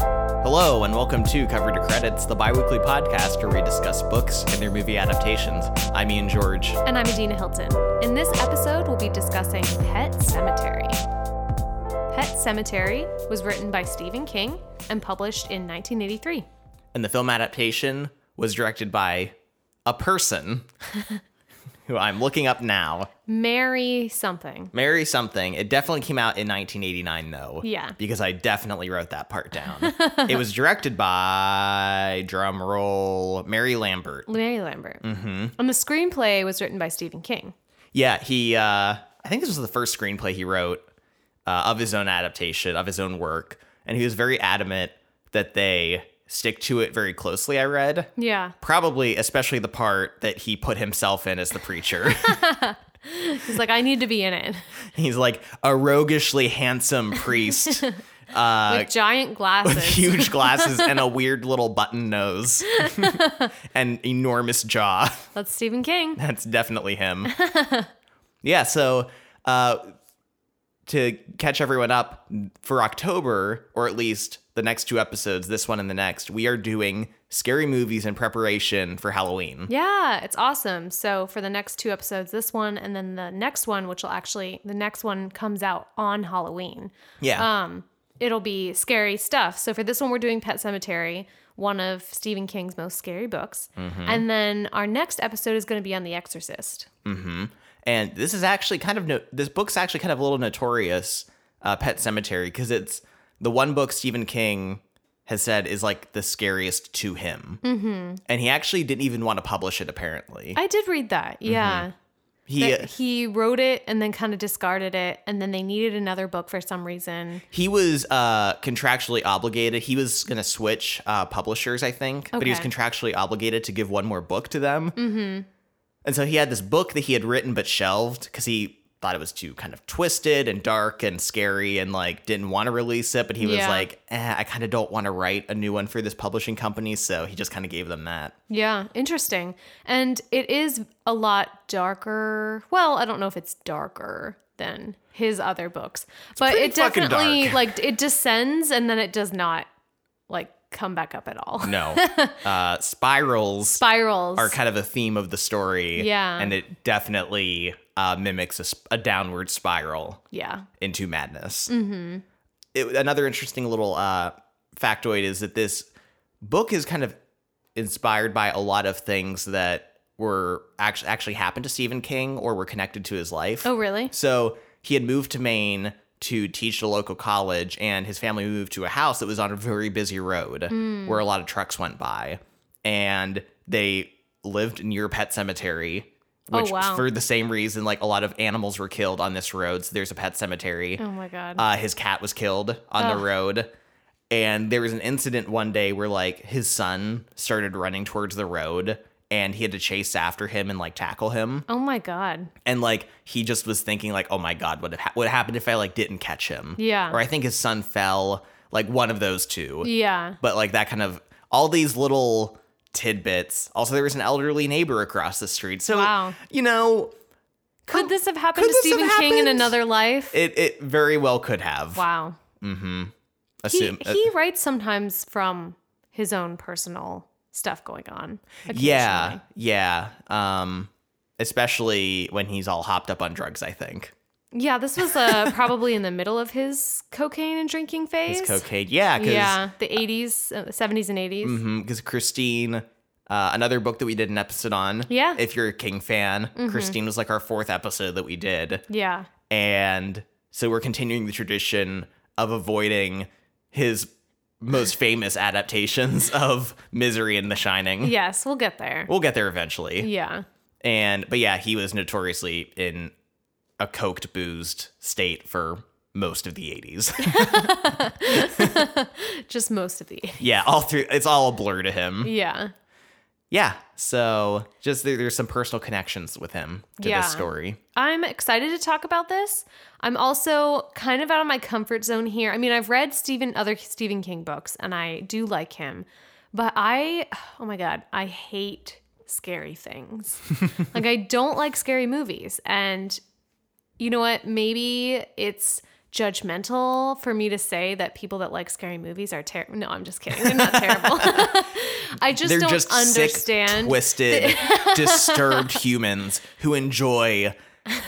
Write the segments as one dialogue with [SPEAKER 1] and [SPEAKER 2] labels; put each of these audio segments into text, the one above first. [SPEAKER 1] Hello, and welcome to Cover to Credits, the bi weekly podcast where we discuss books and their movie adaptations. I'm Ian George.
[SPEAKER 2] And I'm Adina Hilton. In this episode, we'll be discussing Pet Cemetery. Pet Cemetery was written by Stephen King and published in 1983.
[SPEAKER 1] And the film adaptation was directed by a person who I'm looking up now,
[SPEAKER 2] Mary something.
[SPEAKER 1] Mary something. It definitely came out in 1989, though.
[SPEAKER 2] Yeah.
[SPEAKER 1] Because I definitely wrote that part down. it was directed by, drum roll, Mary Lambert.
[SPEAKER 2] Mary Lambert. Mm-hmm. And the screenplay was written by Stephen King.
[SPEAKER 1] Yeah, he. Uh, I think this was the first screenplay he wrote uh, of his own adaptation of his own work, and he was very adamant that they stick to it very closely. I read
[SPEAKER 2] Yeah.
[SPEAKER 1] probably, especially the part that he put himself in as the preacher.
[SPEAKER 2] He's like, I need to be in it
[SPEAKER 1] He's like a roguishly handsome priest. Uh,
[SPEAKER 2] with giant glasses.
[SPEAKER 1] with huge glasses and a weird little button nose and enormous jaw.
[SPEAKER 2] That's Stephen King.
[SPEAKER 1] That's definitely him. yeah, so uh, to catch everyone up for October, or at least the next two episodes, this one and the next, we are doing scary movies in preparation for Halloween.
[SPEAKER 2] Yeah, it's awesome. So for the next two episodes, this one and then the next one, which will actually the next one comes out on Halloween.
[SPEAKER 1] Yeah.
[SPEAKER 2] um, it'll be scary stuff. So for this one, we're doing Pet Cemetery, one of Stephen King's most scary books.
[SPEAKER 1] Mm-hmm.
[SPEAKER 2] And then our next episode is going to be on The Exorcist.
[SPEAKER 1] and this is actually kind of no- this book's actually kind of a little notorious, uh, Pet Cemetery, because it's the one book Stephen King has said is like the scariest to him, mm-hmm. and he actually didn't even want to publish it. Apparently,
[SPEAKER 2] I did read that.
[SPEAKER 1] Mm-hmm.
[SPEAKER 2] Yeah.
[SPEAKER 1] he
[SPEAKER 2] That he wrote it and then kind of discarded it. And then they needed another book for some reason.
[SPEAKER 1] He was uh, contractually obligated. He was going to switch uh, publishers, I think, but he was
[SPEAKER 2] Okay.
[SPEAKER 1] contractually obligated to give one more book to them. Mm-hmm. And so he had this book that he had written but shelved because he thought it was too kind of twisted and dark and scary and like didn't want to release it. But he was
[SPEAKER 2] Yeah.
[SPEAKER 1] like, eh, I kind of don't want to write a new one for this publishing company. So he just kind of gave them that.
[SPEAKER 2] Yeah. Interesting. And it is a lot darker. Well, I don't know if it's darker than his other books, but
[SPEAKER 1] pretty
[SPEAKER 2] it
[SPEAKER 1] fucking
[SPEAKER 2] definitely
[SPEAKER 1] dark.
[SPEAKER 2] like it descends and then it does not like come back up at all.
[SPEAKER 1] No. uh, spirals
[SPEAKER 2] spirals.
[SPEAKER 1] are kind of a theme of the story.
[SPEAKER 2] Yeah.
[SPEAKER 1] And it definitely uh, mimics a, sp- a downward spiral.
[SPEAKER 2] yeah.
[SPEAKER 1] into madness. Mm-hmm. It, another interesting little uh, factoid is that this book is kind of inspired by a lot of things that were actually actually happened to Stephen King or were connected to his life.
[SPEAKER 2] Oh, really?
[SPEAKER 1] So he had moved to Maine to teach at a local college, and his family moved to a house that was on a very busy road where a lot of trucks went by. And they lived near Pet Cemetery,
[SPEAKER 2] Oh,
[SPEAKER 1] which
[SPEAKER 2] wow.
[SPEAKER 1] for the same reason, like a lot of animals were killed on this road. So there's a pet cemetery.
[SPEAKER 2] Oh my god.
[SPEAKER 1] Uh, his cat was killed on
[SPEAKER 2] Ugh.
[SPEAKER 1] the road. And there was an incident one day where like his son started running towards the road and he had to chase after him and like tackle him
[SPEAKER 2] oh my god.
[SPEAKER 1] and like he just was thinking like oh my god what ha- what happened if i like didn't catch him
[SPEAKER 2] Yeah.
[SPEAKER 1] or i think his son fell like one of those two
[SPEAKER 2] Yeah.
[SPEAKER 1] but like that kind of all these little tidbits also there was an elderly neighbor across the street so
[SPEAKER 2] Wow.
[SPEAKER 1] you know
[SPEAKER 2] Could this have happened
[SPEAKER 1] could
[SPEAKER 2] to
[SPEAKER 1] this have
[SPEAKER 2] Stephen King in
[SPEAKER 1] happened?
[SPEAKER 2] another life?
[SPEAKER 1] it it very well could have
[SPEAKER 2] wow. He,
[SPEAKER 1] assume uh,
[SPEAKER 2] he writes sometimes from his own personal stuff going on.
[SPEAKER 1] yeah
[SPEAKER 2] occasionally.
[SPEAKER 1] yeah um especially when he's all hopped up on drugs i think
[SPEAKER 2] Yeah, this was uh, probably in the middle of his cocaine and drinking phase.
[SPEAKER 1] his Mm-hmm. cocaine yeah because
[SPEAKER 2] Yeah, the 80s, uh, 70s and 80s.
[SPEAKER 1] because Christine, uh, another book that we did an episode on.
[SPEAKER 2] Yeah.
[SPEAKER 1] If you're a King fan, Christine was like our fourth episode that we did.
[SPEAKER 2] Yeah.
[SPEAKER 1] And so we're continuing the tradition of avoiding his most famous adaptations of Misery and The Shining.
[SPEAKER 2] Yes, we'll get there.
[SPEAKER 1] We'll get there eventually.
[SPEAKER 2] Yeah.
[SPEAKER 1] And, but yeah, he was notoriously in a coked, boozed state for most of the 80s.
[SPEAKER 2] Just most of the.
[SPEAKER 1] yeah, all through, it's all a blur to him.
[SPEAKER 2] Yeah.
[SPEAKER 1] Yeah. So just there, there's some personal connections with him to
[SPEAKER 2] Yeah.
[SPEAKER 1] this story.
[SPEAKER 2] I'm excited to talk about this. I'm also kind of out of my comfort zone here. I mean, I've read Stephen other Stephen King books and I do like him, but I oh my god, I hate scary things. like I don't like scary movies and you know what? Maybe it's judgmental for me to say that people that like scary movies are terrible. No, I'm just kidding. They're not terrible. I just
[SPEAKER 1] They're
[SPEAKER 2] don't
[SPEAKER 1] just sick,
[SPEAKER 2] understand
[SPEAKER 1] twisted, disturbed humans who enjoy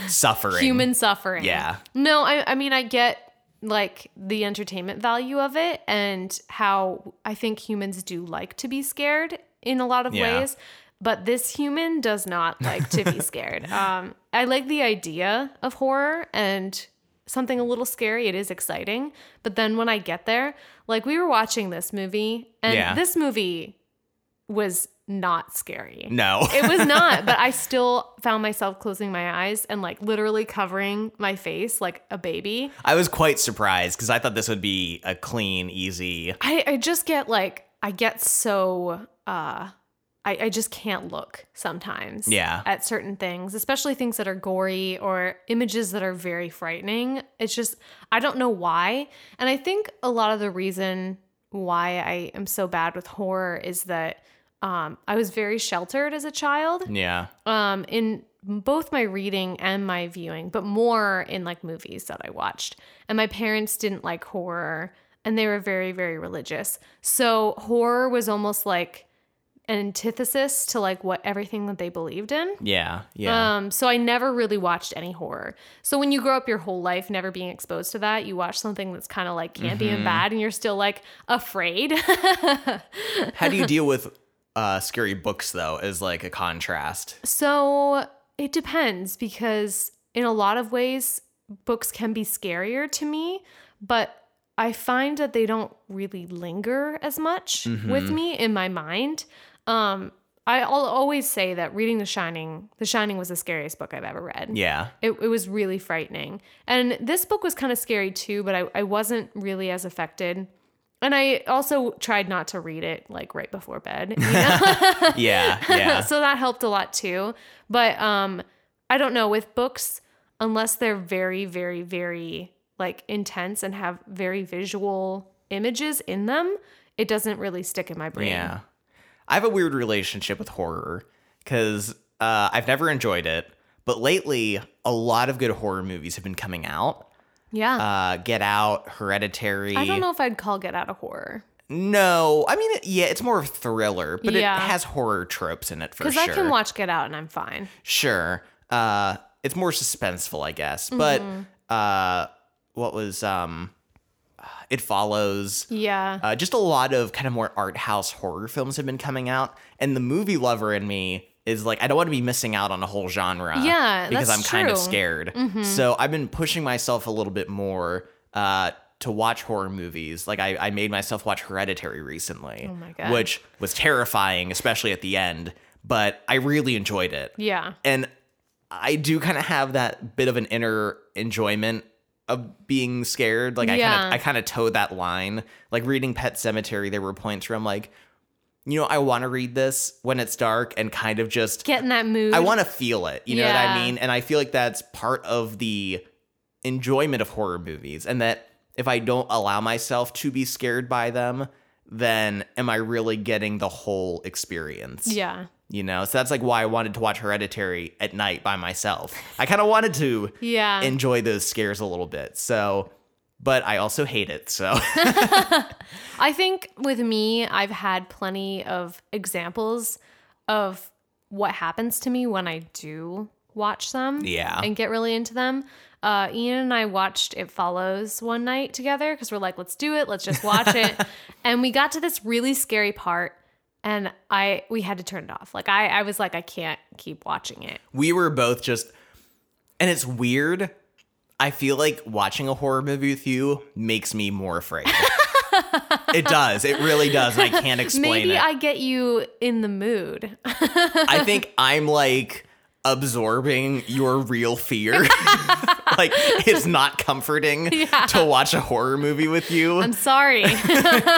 [SPEAKER 1] suffering.
[SPEAKER 2] human suffering.
[SPEAKER 1] Yeah.
[SPEAKER 2] No, I, I mean, I get like the entertainment value of it and how I think humans do like to be scared in a lot of
[SPEAKER 1] Yeah.
[SPEAKER 2] ways, but this human does not like to be scared. Um, I like the idea of horror and something a little scary. It is exciting. But then when I get there, like we were watching this movie, and
[SPEAKER 1] Yeah.
[SPEAKER 2] this movie was not scary.
[SPEAKER 1] No.
[SPEAKER 2] It was not, but I still found myself closing my eyes and like literally covering my face like a baby.
[SPEAKER 1] I was quite surprised because I thought this would be a clean, easy.
[SPEAKER 2] I, I just get like, I get so, uh, I, I just can't look sometimes
[SPEAKER 1] Yeah.
[SPEAKER 2] at certain things, especially things that are gory or images that are very frightening. It's just, I don't know why. And I think a lot of the reason why I am so bad with horror is that um, I was very sheltered as a child.
[SPEAKER 1] Yeah.
[SPEAKER 2] um, in both my reading and my viewing, but more in like movies that I watched. And my parents didn't like horror and they were very, very religious. So horror was almost like an antithesis to like what everything that they believed in.
[SPEAKER 1] Yeah. Yeah.
[SPEAKER 2] Um, so I never really watched any horror. So when you grow up your whole life never being exposed to that, you watch something that's kind of like campy and bad and you're still like afraid.
[SPEAKER 1] How do you deal with uh, scary books, though, as like a contrast?
[SPEAKER 2] So it depends because, in a lot of ways, books can be scarier to me, but I find that they don't really linger as much with me in my mind. Um, I- I'll always say that reading The Shining, The Shining was the scariest book I've ever read.
[SPEAKER 1] Yeah.
[SPEAKER 2] It, it was really frightening. And this book was kind of scary too, but I, I wasn't really as affected. And I also tried not to read it like right before bed. You know?
[SPEAKER 1] Yeah. Yeah.
[SPEAKER 2] so that helped a lot too. But um I don't know with books unless they're very very very like intense and have very visual images in them, it doesn't really stick in my brain.
[SPEAKER 1] Yeah. I have a weird relationship with horror because uh, I've never enjoyed it, but lately a lot of good horror movies have been coming out.
[SPEAKER 2] Yeah.
[SPEAKER 1] Uh, Get Out, Hereditary.
[SPEAKER 2] I don't know if I'd call Get Out a horror.
[SPEAKER 1] No, I mean, it, yeah, it's more of a thriller, but
[SPEAKER 2] Yeah.
[SPEAKER 1] it has horror tropes in it for
[SPEAKER 2] Cuz
[SPEAKER 1] sure.
[SPEAKER 2] I can watch Get Out and I'm fine.
[SPEAKER 1] Sure. Uh, it's more suspenseful, I guess. But
[SPEAKER 2] Mm-hmm.
[SPEAKER 1] uh, what was um, it follows.
[SPEAKER 2] Yeah.
[SPEAKER 1] Uh, just a lot of kind of more art house horror films have been coming out, and the movie lover in me is like, I don't want to be missing out on a whole genre.
[SPEAKER 2] Yeah,
[SPEAKER 1] because
[SPEAKER 2] that's
[SPEAKER 1] I'm kind of
[SPEAKER 2] true. Mm-hmm.
[SPEAKER 1] scared. So I've been pushing myself a little bit more uh, to watch horror movies. Like I, I made myself watch Hereditary recently, oh
[SPEAKER 2] my God.
[SPEAKER 1] which was terrifying, especially at the end. But I really enjoyed it
[SPEAKER 2] yeah.
[SPEAKER 1] and I do kind of have that bit of an inner enjoyment of being scared. Like I
[SPEAKER 2] Yeah.
[SPEAKER 1] kind of I kind of toe that line. Like reading Pet Cemetery, there were points where I'm like, you know, I want to read this when it's dark and kind of just
[SPEAKER 2] Get in that mood.
[SPEAKER 1] I want to feel it. You know what
[SPEAKER 2] Yeah.
[SPEAKER 1] I mean? And I feel like that's part of the enjoyment of horror movies and that if I don't allow myself to be scared by them, then am I really getting the whole experience?
[SPEAKER 2] Yeah.
[SPEAKER 1] you know so that's like why i wanted to watch hereditary at night by myself i kind of wanted to
[SPEAKER 2] Yeah.
[SPEAKER 1] enjoy those scares a little bit so but i also hate it so
[SPEAKER 2] I think with me, I've had plenty of examples of what happens to me when I do watch them
[SPEAKER 1] Yeah.
[SPEAKER 2] and get really into them. Uh, Ian and I watched It Follows one night together because we're like, let's do it, let's just watch it. and we got to this really scary part and I we had to turn it off. Like I, I was like, I can't keep watching it.
[SPEAKER 1] we were both just and it's weird i feel like watching a horror movie with you makes me more afraid it does it really does and i can't explain
[SPEAKER 2] Maybe
[SPEAKER 1] it
[SPEAKER 2] I get you in the mood.
[SPEAKER 1] I think i'm like absorbing your real fear like it's not comforting to watch a horror movie with you
[SPEAKER 2] I'm sorry.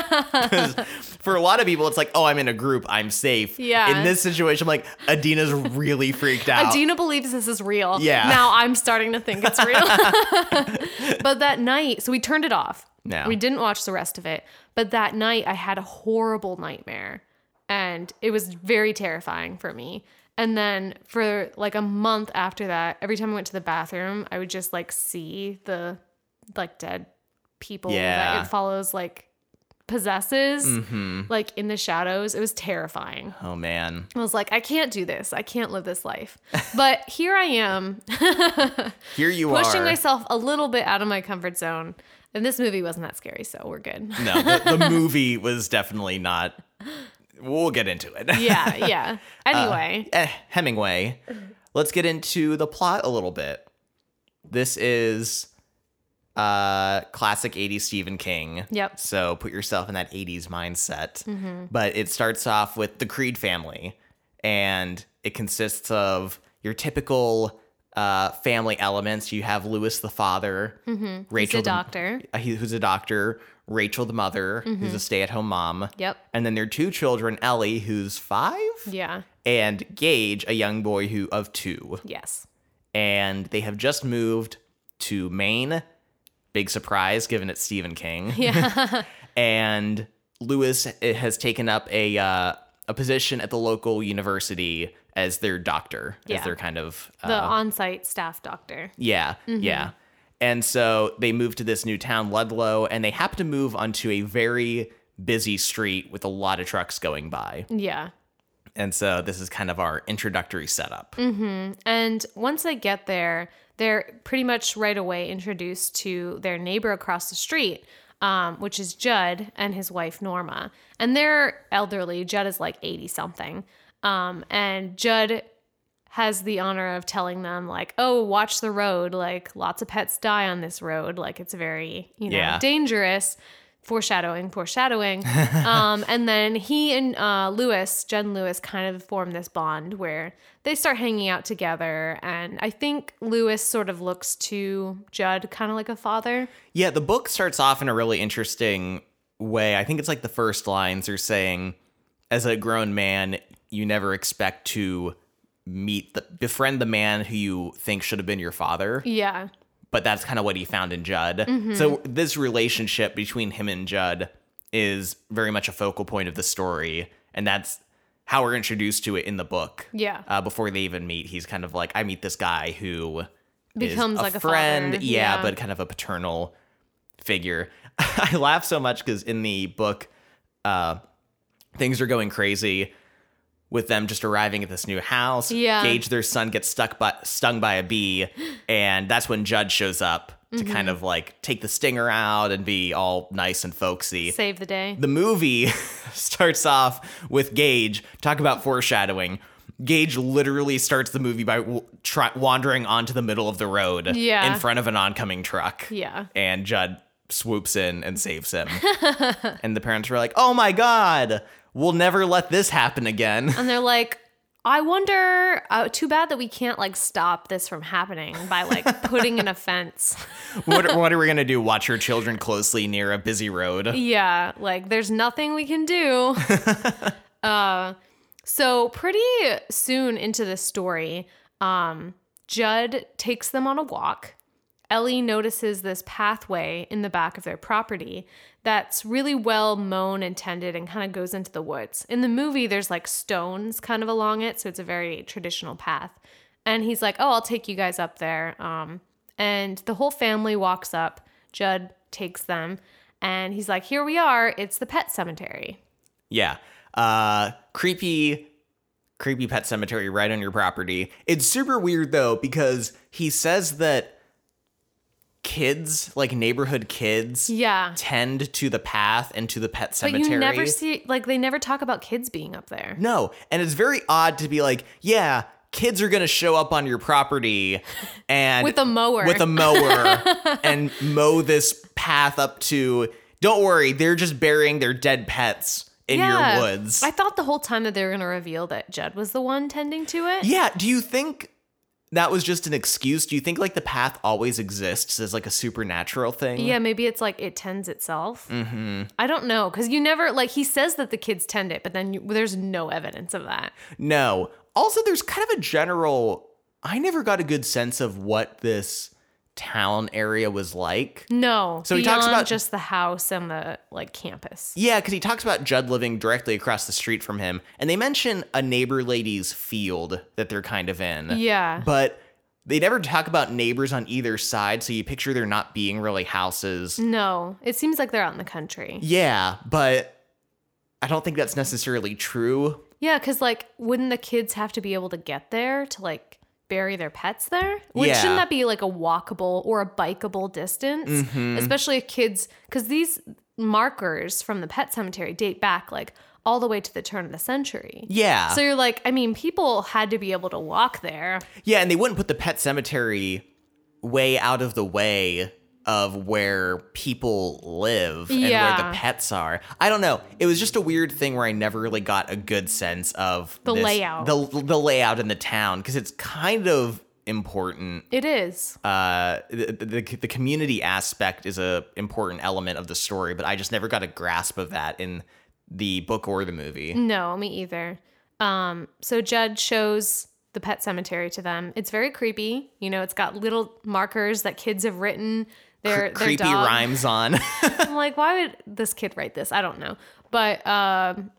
[SPEAKER 1] for a lot of people, it's like, oh, I'm in a group, I'm safe.
[SPEAKER 2] Yeah.
[SPEAKER 1] In this situation, I'm like, Adina's really freaked out.
[SPEAKER 2] Adina believes this is real.
[SPEAKER 1] Yeah.
[SPEAKER 2] Now I'm starting to think it's real. but that night, so we turned it off.
[SPEAKER 1] Yeah.
[SPEAKER 2] We didn't watch the rest of it. But that night, I had a horrible nightmare and it was very terrifying for me. And then for like a month after that, every time I went to the bathroom, I would just like see the like dead people
[SPEAKER 1] Yeah.
[SPEAKER 2] that it follows like possesses
[SPEAKER 1] hmm
[SPEAKER 2] like in the shadows. It was terrifying.
[SPEAKER 1] Oh man.
[SPEAKER 2] I was like, I can't do this. I can't live this life. But here I am,
[SPEAKER 1] Here you
[SPEAKER 2] pushing
[SPEAKER 1] are.
[SPEAKER 2] myself a little bit out of my comfort zone. And this movie wasn't that scary, so we're good.
[SPEAKER 1] no, the, the movie was definitely not. We'll get into it.
[SPEAKER 2] yeah, yeah. Anyway,
[SPEAKER 1] Eh, Hemingway. Let's get into the plot a little bit. This is uh classic 80s Stephen King.
[SPEAKER 2] Yep. Mm-hmm.
[SPEAKER 1] So put yourself in that 80s mindset. But it starts off with the Creed family and it consists of your typical uh family elements. You have Lewis the father,
[SPEAKER 2] Mm-hmm. he's
[SPEAKER 1] Rachel
[SPEAKER 2] a
[SPEAKER 1] the-
[SPEAKER 2] doctor.
[SPEAKER 1] uh, he, who's a doctor, Rachel the mother,
[SPEAKER 2] Mm-hmm.
[SPEAKER 1] who's a stay-at-home mom.
[SPEAKER 2] Yep.
[SPEAKER 1] And then their two children, Ellie, who's 5,
[SPEAKER 2] Yeah.
[SPEAKER 1] and Gage, a young boy who of two,
[SPEAKER 2] Yes.
[SPEAKER 1] and they have just moved to Maine. Big surprise, given it's Stephen King.
[SPEAKER 2] Yeah.
[SPEAKER 1] And Lewis eh, has taken up a uh, a position at the local university as their doctor,
[SPEAKER 2] Yeah.
[SPEAKER 1] as their kind of uh,
[SPEAKER 2] the Mm-hmm. on-site staff doctor.
[SPEAKER 1] yeah, yeah. And so they move to this new town, Ludlow, and they happen to move onto a very busy street with a lot of trucks going by.
[SPEAKER 2] Yeah.
[SPEAKER 1] And so this is kind of our introductory setup.
[SPEAKER 2] And once they get there, they're pretty much right away introduced to their neighbor across the street, um, which is Judd and his wife Norma. And they're elderly. Judd is like 80 something. Um, and Judd has the honor of telling them, like, oh, watch the road. Like, lots of pets die on this road. Like, it's very, you know,
[SPEAKER 1] Yeah.
[SPEAKER 2] dangerous. Foreshadowing, foreshadowing. um, and then he and uh, Lewis, Jen Lewis, kind of form this bond where they start hanging out together. And I think Lewis sort of looks to Judd kind of like a father.
[SPEAKER 1] Yeah, the book starts off in a really interesting way. I think it's like the first lines are saying, as a grown man, you never expect to meet the befriend the man who you think should have been your father,
[SPEAKER 2] Yeah.
[SPEAKER 1] but that's kind of what he found in Judd. So this relationship between him and Judd is very much a focal point of the story, and that's how we're introduced to it in the book.
[SPEAKER 2] Yeah.
[SPEAKER 1] Uh, before they even meet, he's kind of like, I meet this guy who is
[SPEAKER 2] Becomes like a
[SPEAKER 1] friend,
[SPEAKER 2] father,
[SPEAKER 1] yeah,
[SPEAKER 2] yeah.
[SPEAKER 1] but kind of a paternal figure. I laugh so much because in the book, uh, things are going crazy with them just arriving at this new house.
[SPEAKER 2] Yeah.
[SPEAKER 1] Gage, their son, gets stuck by stung by a bee, and that's when Judd shows up to kind
[SPEAKER 2] Mm-hmm.
[SPEAKER 1] of like take the stinger out and be all nice and folksy.
[SPEAKER 2] Save the day.
[SPEAKER 1] The movie starts off with Gage. Talk about foreshadowing. Gage literally starts the movie by w- try- wandering onto the middle of the road
[SPEAKER 2] Yeah.
[SPEAKER 1] in front of an oncoming truck.
[SPEAKER 2] Yeah.
[SPEAKER 1] And Judd swoops in and saves him. and the parents were like, oh my God, we'll never let this happen again.
[SPEAKER 2] and they're like i wonder uh, too bad that we can't like stop this from happening by like putting in a fence
[SPEAKER 1] what, what are we going to do? Watch your children closely near a busy road?
[SPEAKER 2] yeah like there's nothing we can do uh so pretty soon into this story um judd takes them on a walk ellie notices this pathway in the back of their property that's really well mown and tended and kind of goes into the woods in the movie there's like stones kind of along it so it's a very traditional path and he's like oh i'll take you guys up there um and the whole family walks up. Judd takes them, and he's like, Here we are. It's the pet cemetery.
[SPEAKER 1] Yeah. Uh, creepy, creepy pet cemetery right on your property. It's super weird though because he says that kids, like neighborhood kids,
[SPEAKER 2] Yeah.
[SPEAKER 1] tend to the path and to the pet
[SPEAKER 2] But
[SPEAKER 1] cemetery.
[SPEAKER 2] you never see, like, they never talk about kids being up there.
[SPEAKER 1] no, and it's very odd to be like, yeah, kids are gonna show up on your property and
[SPEAKER 2] With a mower.
[SPEAKER 1] with a mower and mow this path up to. Don't worry, they're just burying their dead pets in
[SPEAKER 2] Yeah.
[SPEAKER 1] your woods.
[SPEAKER 2] I thought the whole time that they were going to reveal that Judd was the one tending to it.
[SPEAKER 1] Yeah. Do you think that was just an excuse? Do you think like the path always exists as like a supernatural thing?
[SPEAKER 2] Yeah, maybe it's like it tends itself. Mm-hmm. I don't know. Cause you never, like, he says that the kids tend it, but then you, there's no evidence of that.
[SPEAKER 1] No. Also, there's kind of a general. I never got a good sense of what this town area was like.
[SPEAKER 2] No.
[SPEAKER 1] So he talks
[SPEAKER 2] beyond
[SPEAKER 1] about-
[SPEAKER 2] just the house and the, like, campus.
[SPEAKER 1] Yeah, because he talks about Judd living directly across the street from him, and they mention a neighbor lady's field that they're kind of in.
[SPEAKER 2] Yeah.
[SPEAKER 1] But They never talk about neighbors on either side, so you picture there not being really houses.
[SPEAKER 2] No, it seems like they're out in the country.
[SPEAKER 1] Yeah, but I don't think that's necessarily true.
[SPEAKER 2] Yeah, because like, wouldn't the kids have to be able to get there to like bury their pets there? Would,
[SPEAKER 1] Yeah.
[SPEAKER 2] Shouldn't that be like a walkable or a bikeable distance?
[SPEAKER 1] Mm-hmm.
[SPEAKER 2] Especially if kids, because these markers from the pet cemetery date back like all the way to the turn of the century.
[SPEAKER 1] Yeah.
[SPEAKER 2] So you're like, I mean, people had to be able to walk there.
[SPEAKER 1] Yeah, and they wouldn't put the pet cemetery way out of the way of where people live and where
[SPEAKER 2] Yeah.
[SPEAKER 1] the pets are. I don't know. It was just a weird thing where I never really got a good sense of
[SPEAKER 2] The layout.
[SPEAKER 1] the the layout in the town because it's kind of important.
[SPEAKER 2] It is.
[SPEAKER 1] Uh, the, the the community aspect is a important element of the story, but I just never got a grasp of that in the book or the movie.
[SPEAKER 2] No, me either. Um, so Judd shows the pet cemetery to them. It's very creepy. You know, it's got little markers that kids have written. Their, their
[SPEAKER 1] Creepy
[SPEAKER 2] dog.
[SPEAKER 1] rhymes on.
[SPEAKER 2] I'm like, why would this kid write this? I don't know. But um,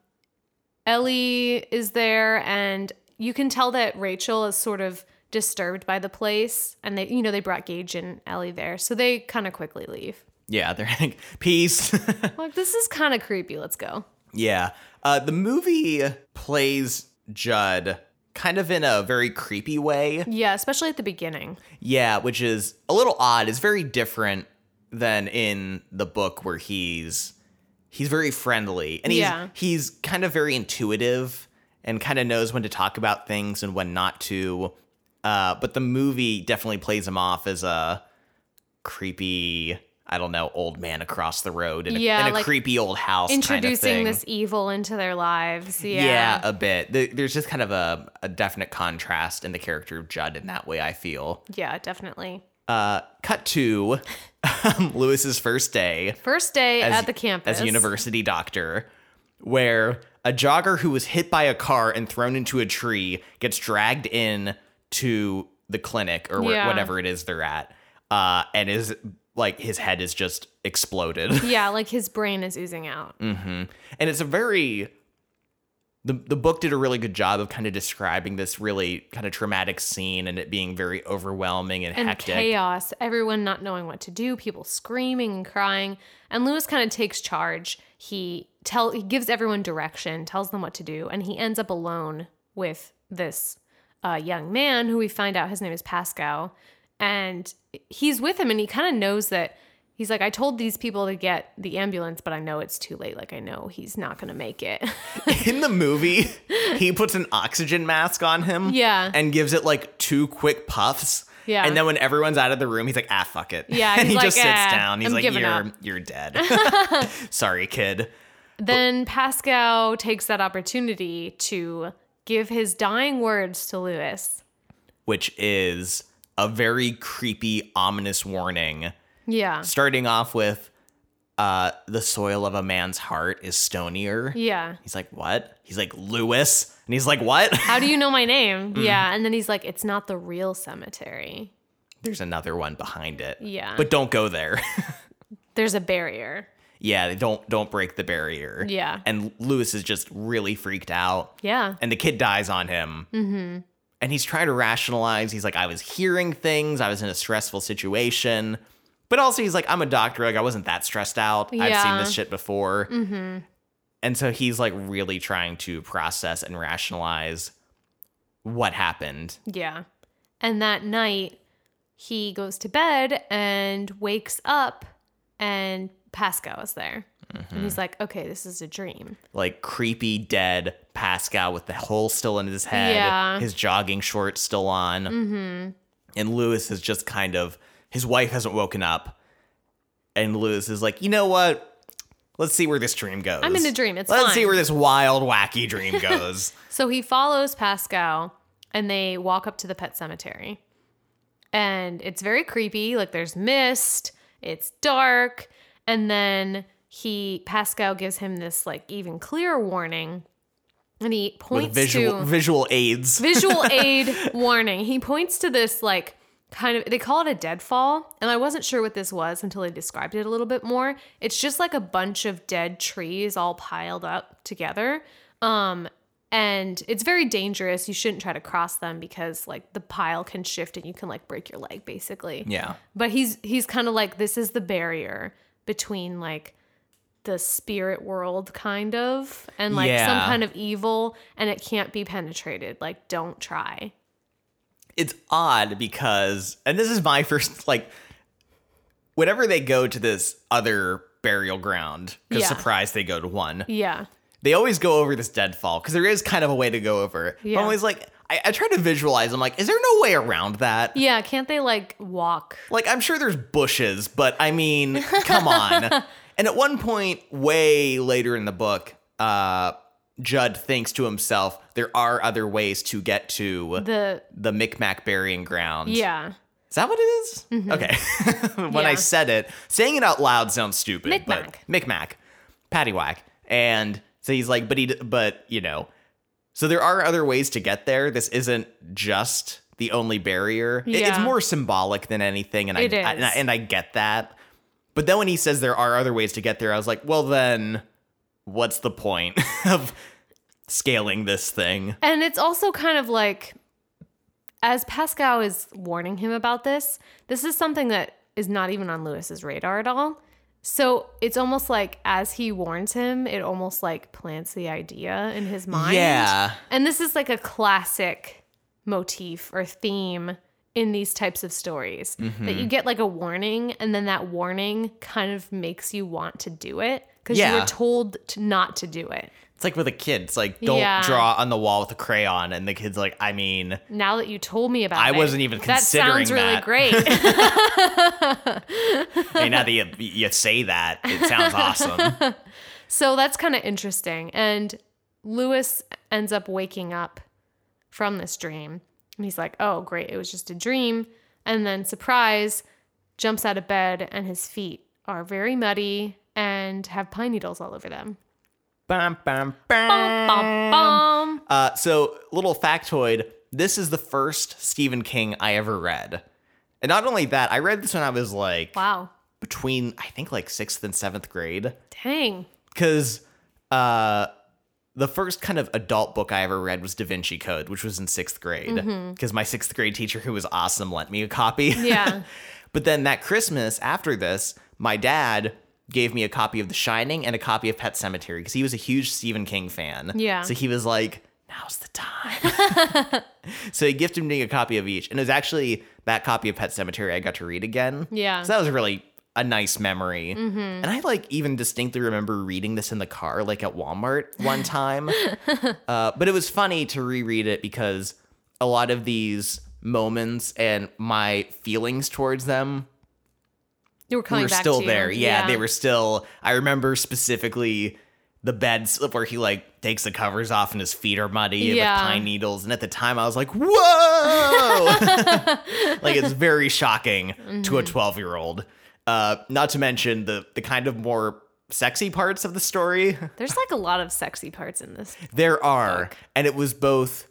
[SPEAKER 2] Ellie is there, and you can tell that Rachel is sort of disturbed by the place. And they, you know, they brought Gage and Ellie there, so they kind of quickly leave.
[SPEAKER 1] yeah, they're like peace.
[SPEAKER 2] I'm like, this is kind of creepy. Let's go.
[SPEAKER 1] Yeah. Uh, the movie plays Judd kind of in a very creepy way.
[SPEAKER 2] Yeah, especially at the beginning.
[SPEAKER 1] Yeah, which is a little odd. It's very different than in the book where he's he's very friendly and he's
[SPEAKER 2] Yeah.
[SPEAKER 1] he's kind of very intuitive and kind of knows when to talk about things and when not to. Uh, but the movie definitely plays him off as a creepy, I don't know, old man across the road in a,
[SPEAKER 2] Yeah,
[SPEAKER 1] in a
[SPEAKER 2] like
[SPEAKER 1] creepy old house. kind of
[SPEAKER 2] Introducing
[SPEAKER 1] thing.
[SPEAKER 2] this evil into their lives. Yeah.
[SPEAKER 1] Yeah. a bit. There- There's just kind of a, a definite contrast in the character of Judd in that way, I feel.
[SPEAKER 2] Yeah, definitely.
[SPEAKER 1] Uh, cut to um, Lewis's first day
[SPEAKER 2] First day
[SPEAKER 1] as-
[SPEAKER 2] at the campus.
[SPEAKER 1] as a university doctor, where a jogger who was hit by a car and thrown into a tree gets dragged in to the clinic or where,
[SPEAKER 2] Yeah.
[SPEAKER 1] whatever it is they're at, uh, and is like his head is just exploded. Mm-hmm.
[SPEAKER 2] Yeah, like his brain is oozing out.
[SPEAKER 1] and it's a very the the book did a really good job of kind of describing this really kind of traumatic scene and it being very overwhelming and,
[SPEAKER 2] and
[SPEAKER 1] hectic.
[SPEAKER 2] chaos, everyone not knowing what to do, people screaming and crying. And Lewis kind of takes charge. He tell he gives everyone direction, tells them what to do, and he ends up alone with this uh, young man who we find out his name is Pascal. And he's with him and he kind of knows that he's like, I told these people to get the ambulance, but I know it's too late. Like I know he's not gonna make it.
[SPEAKER 1] In the movie, he puts an oxygen mask on him,
[SPEAKER 2] Yeah.
[SPEAKER 1] and gives it like two quick puffs.
[SPEAKER 2] Yeah.
[SPEAKER 1] And then when everyone's out of the room, he's like, ah, fuck it.
[SPEAKER 2] Yeah,
[SPEAKER 1] and
[SPEAKER 2] he's
[SPEAKER 1] he
[SPEAKER 2] like,
[SPEAKER 1] just sits
[SPEAKER 2] "Ah,
[SPEAKER 1] down. He's
[SPEAKER 2] I'm
[SPEAKER 1] like,
[SPEAKER 2] giving
[SPEAKER 1] you're
[SPEAKER 2] up."
[SPEAKER 1] you're dead. Sorry, kid.
[SPEAKER 2] Then Pascal takes that opportunity to give his dying words to Lewis.
[SPEAKER 1] Which is a very creepy, ominous warning.
[SPEAKER 2] Yeah.
[SPEAKER 1] starting off with uh the soil of a man's heart is stonier.
[SPEAKER 2] Yeah.
[SPEAKER 1] He's like, "What?" He's like, "Lewis." And he's like, "What?"
[SPEAKER 2] How do you know my name?
[SPEAKER 1] Mm.
[SPEAKER 2] Yeah. And then he's like, it's not the real cemetery.
[SPEAKER 1] There's another one behind it.
[SPEAKER 2] Yeah.
[SPEAKER 1] But don't go there.
[SPEAKER 2] There's a barrier.
[SPEAKER 1] yeah, they don't don't break the barrier.
[SPEAKER 2] Yeah.
[SPEAKER 1] And Lewis is just really freaked out.
[SPEAKER 2] Yeah. Mm-hmm.
[SPEAKER 1] And the kid dies on him. Mhm. And he's trying to rationalize. He's like, "I was hearing things. I was in a stressful situation." But also he's like, "I'm a doctor. Like I wasn't that stressed out. I've seen
[SPEAKER 2] Yeah. Mm-hmm.
[SPEAKER 1] this shit before." And so he's like really trying to process and rationalize what happened.
[SPEAKER 2] Yeah. And that night, he goes to bed and wakes up, and Pascal is there. And
[SPEAKER 1] Mm-hmm.
[SPEAKER 2] he's like, okay, this is a dream.
[SPEAKER 1] Like creepy dead Pascal with the hole still in his head,
[SPEAKER 2] Yeah.
[SPEAKER 1] his jogging shorts still on. Mm-hmm. And Lewis is just kind of, his wife hasn't woken up. And Lewis is like, you know what? Let's see where this dream goes.
[SPEAKER 2] I'm in a dream. It's
[SPEAKER 1] Let's see
[SPEAKER 2] fine."
[SPEAKER 1] where this wild, wacky dream goes.
[SPEAKER 2] So he follows Pascal and they walk up to the pet cemetery. And it's very creepy. Like there's mist, it's dark. And then he, Pascal gives him this like even clearer warning. And he
[SPEAKER 1] with
[SPEAKER 2] points
[SPEAKER 1] visual
[SPEAKER 2] to
[SPEAKER 1] visual aids.
[SPEAKER 2] visual aid warning. He points to this like kind of they call it a deadfall, and I wasn't sure what this was until they described it a little bit more. It's just like a bunch of dead trees all piled up together. Um and it's very dangerous. You shouldn't try to cross them because like the pile can shift and you can like break your leg basically.
[SPEAKER 1] Yeah.
[SPEAKER 2] But he's he's kind of like this is the barrier between like the spirit world kind of and like some
[SPEAKER 1] Yeah.
[SPEAKER 2] kind of evil and it can't be penetrated. Like don't try.
[SPEAKER 1] it's odd because and this is my first like whenever they go to this other burial ground because
[SPEAKER 2] Yeah.
[SPEAKER 1] surprise they go to one
[SPEAKER 2] Yeah.
[SPEAKER 1] they always go over this deadfall because there is kind of a way to go over it but
[SPEAKER 2] Yeah.
[SPEAKER 1] i'm always like I, I try to visualize i'm like is there no way around that
[SPEAKER 2] Yeah, can't they like walk?
[SPEAKER 1] like i'm sure there's bushes but i mean come on and at one point way later in the book uh judd thinks to himself there are other ways to get to
[SPEAKER 2] The
[SPEAKER 1] the micmac burying ground
[SPEAKER 2] yeah.
[SPEAKER 1] is that what it is? Okay. when I
[SPEAKER 2] Mm-hmm. Yeah.
[SPEAKER 1] said it, saying it out loud sounds stupid. But
[SPEAKER 2] Micmac.
[SPEAKER 1] Micmac. Paddywhack. And so he's like, but he, d- but you know, so there are other ways to get there. This isn't just the only barrier. I- It's
[SPEAKER 2] Yeah.
[SPEAKER 1] more symbolic than anything. And I,
[SPEAKER 2] It
[SPEAKER 1] I- and I
[SPEAKER 2] is.
[SPEAKER 1] and I get that. But then when he says there are other ways to get there, I was like, well, then what's the point of scaling this thing?
[SPEAKER 2] And it's also kind of like, as Pascal is warning him about this, this is something that is not even on Lewis's radar at all. So it's almost like as he warns him, it almost like plants the idea in his mind.
[SPEAKER 1] Yeah.
[SPEAKER 2] And this is like a classic motif or theme in these types of stories that
[SPEAKER 1] Mm-hmm.
[SPEAKER 2] you get like a warning, and then that warning kind of makes you want to do it because you
[SPEAKER 1] Yeah.
[SPEAKER 2] were told to not to do it.
[SPEAKER 1] It's like with a kid. It's like don't
[SPEAKER 2] Yeah.
[SPEAKER 1] draw on the wall with a crayon, and the kid's like, I mean,
[SPEAKER 2] Now that you told me about
[SPEAKER 1] I
[SPEAKER 2] it,
[SPEAKER 1] wasn't even
[SPEAKER 2] that sounds
[SPEAKER 1] considering
[SPEAKER 2] really
[SPEAKER 1] that.
[SPEAKER 2] great.
[SPEAKER 1] hey, now that you, you say that, it sounds awesome.
[SPEAKER 2] so that's kind of interesting. And Lewis ends up waking up from this dream, and he's like, "Oh, great, it was just a dream." And then surprise, jumps out of bed, and his feet are very muddy and have pine needles all over them.
[SPEAKER 1] bum, bum,
[SPEAKER 2] Bum, bum, bum.
[SPEAKER 1] Uh, so, little factoid: this is the first Stephen King I ever read, and not only that, I read this when I was like
[SPEAKER 2] Wow,
[SPEAKER 1] between I think like sixth and seventh grade.
[SPEAKER 2] dang.
[SPEAKER 1] because uh, the first kind of adult book I ever read was Da Vinci Code, which was in sixth grade, because
[SPEAKER 2] Mm-hmm.
[SPEAKER 1] my sixth grade teacher, who was awesome, lent me a copy.
[SPEAKER 2] Yeah.
[SPEAKER 1] but then that Christmas after this, my dad gave me a copy of The Shining and a copy of Pet Cemetery because he was a huge Stephen King fan.
[SPEAKER 2] Yeah.
[SPEAKER 1] So he was like, now's the time. so he gifted me a copy of each. And it was actually that copy of Pet Cemetery I got to read again.
[SPEAKER 2] Yeah.
[SPEAKER 1] So that was really a nice memory. And I like even distinctly remember reading this in the car, like at Walmart one time. uh, but it was funny to reread it because a lot of these moments and my feelings towards them
[SPEAKER 2] They were coming
[SPEAKER 1] were
[SPEAKER 2] back
[SPEAKER 1] still
[SPEAKER 2] to you.
[SPEAKER 1] there. Yeah, they were still. I remember specifically the bed slip where he like takes the covers off and his feet are muddy
[SPEAKER 2] Yeah.
[SPEAKER 1] with pine needles. And at the time, I was like, "Whoa!" like it's very shocking to
[SPEAKER 2] Mm-hmm.
[SPEAKER 1] a twelve-year-old. Uh, not to mention the the kind of more sexy parts of the story.
[SPEAKER 2] There's like a lot of sexy parts in this.
[SPEAKER 1] There are, and it was both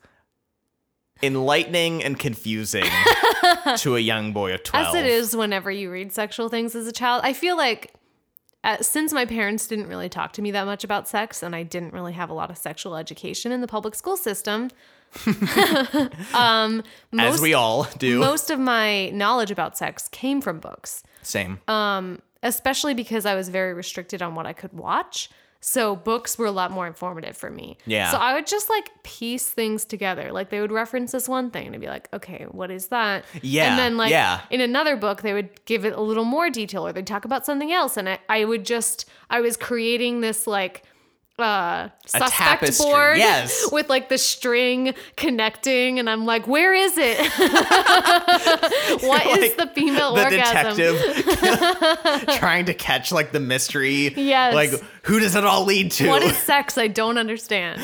[SPEAKER 1] enlightening and confusing to a young boy of twelve.
[SPEAKER 2] as it is whenever you read sexual things as a child i feel like uh, since my parents didn't really talk to me that much about sex and i didn't really have a lot of sexual education in the public school system um, most,
[SPEAKER 1] as we all do.
[SPEAKER 2] most of my knowledge about sex came from books
[SPEAKER 1] Same.
[SPEAKER 2] especially because i was very restricted on what i could watch so books were a lot more informative for me
[SPEAKER 1] Yeah.
[SPEAKER 2] so i would just like piece things together like they would reference this one thing and be like okay what is that
[SPEAKER 1] Yeah,
[SPEAKER 2] and then like
[SPEAKER 1] yeah.
[SPEAKER 2] in another book they would give it a little more detail or they'd talk about something else and i, I would just i was creating this like uh suspect
[SPEAKER 1] tapestry,
[SPEAKER 2] board
[SPEAKER 1] yes.
[SPEAKER 2] with like the string connecting and i'm like where is it What
[SPEAKER 1] Like,
[SPEAKER 2] is the female
[SPEAKER 1] the
[SPEAKER 2] orgasm
[SPEAKER 1] detective trying to catch like the mystery.
[SPEAKER 2] Yes.
[SPEAKER 1] Like who does it all lead to?
[SPEAKER 2] what is sex i don't understand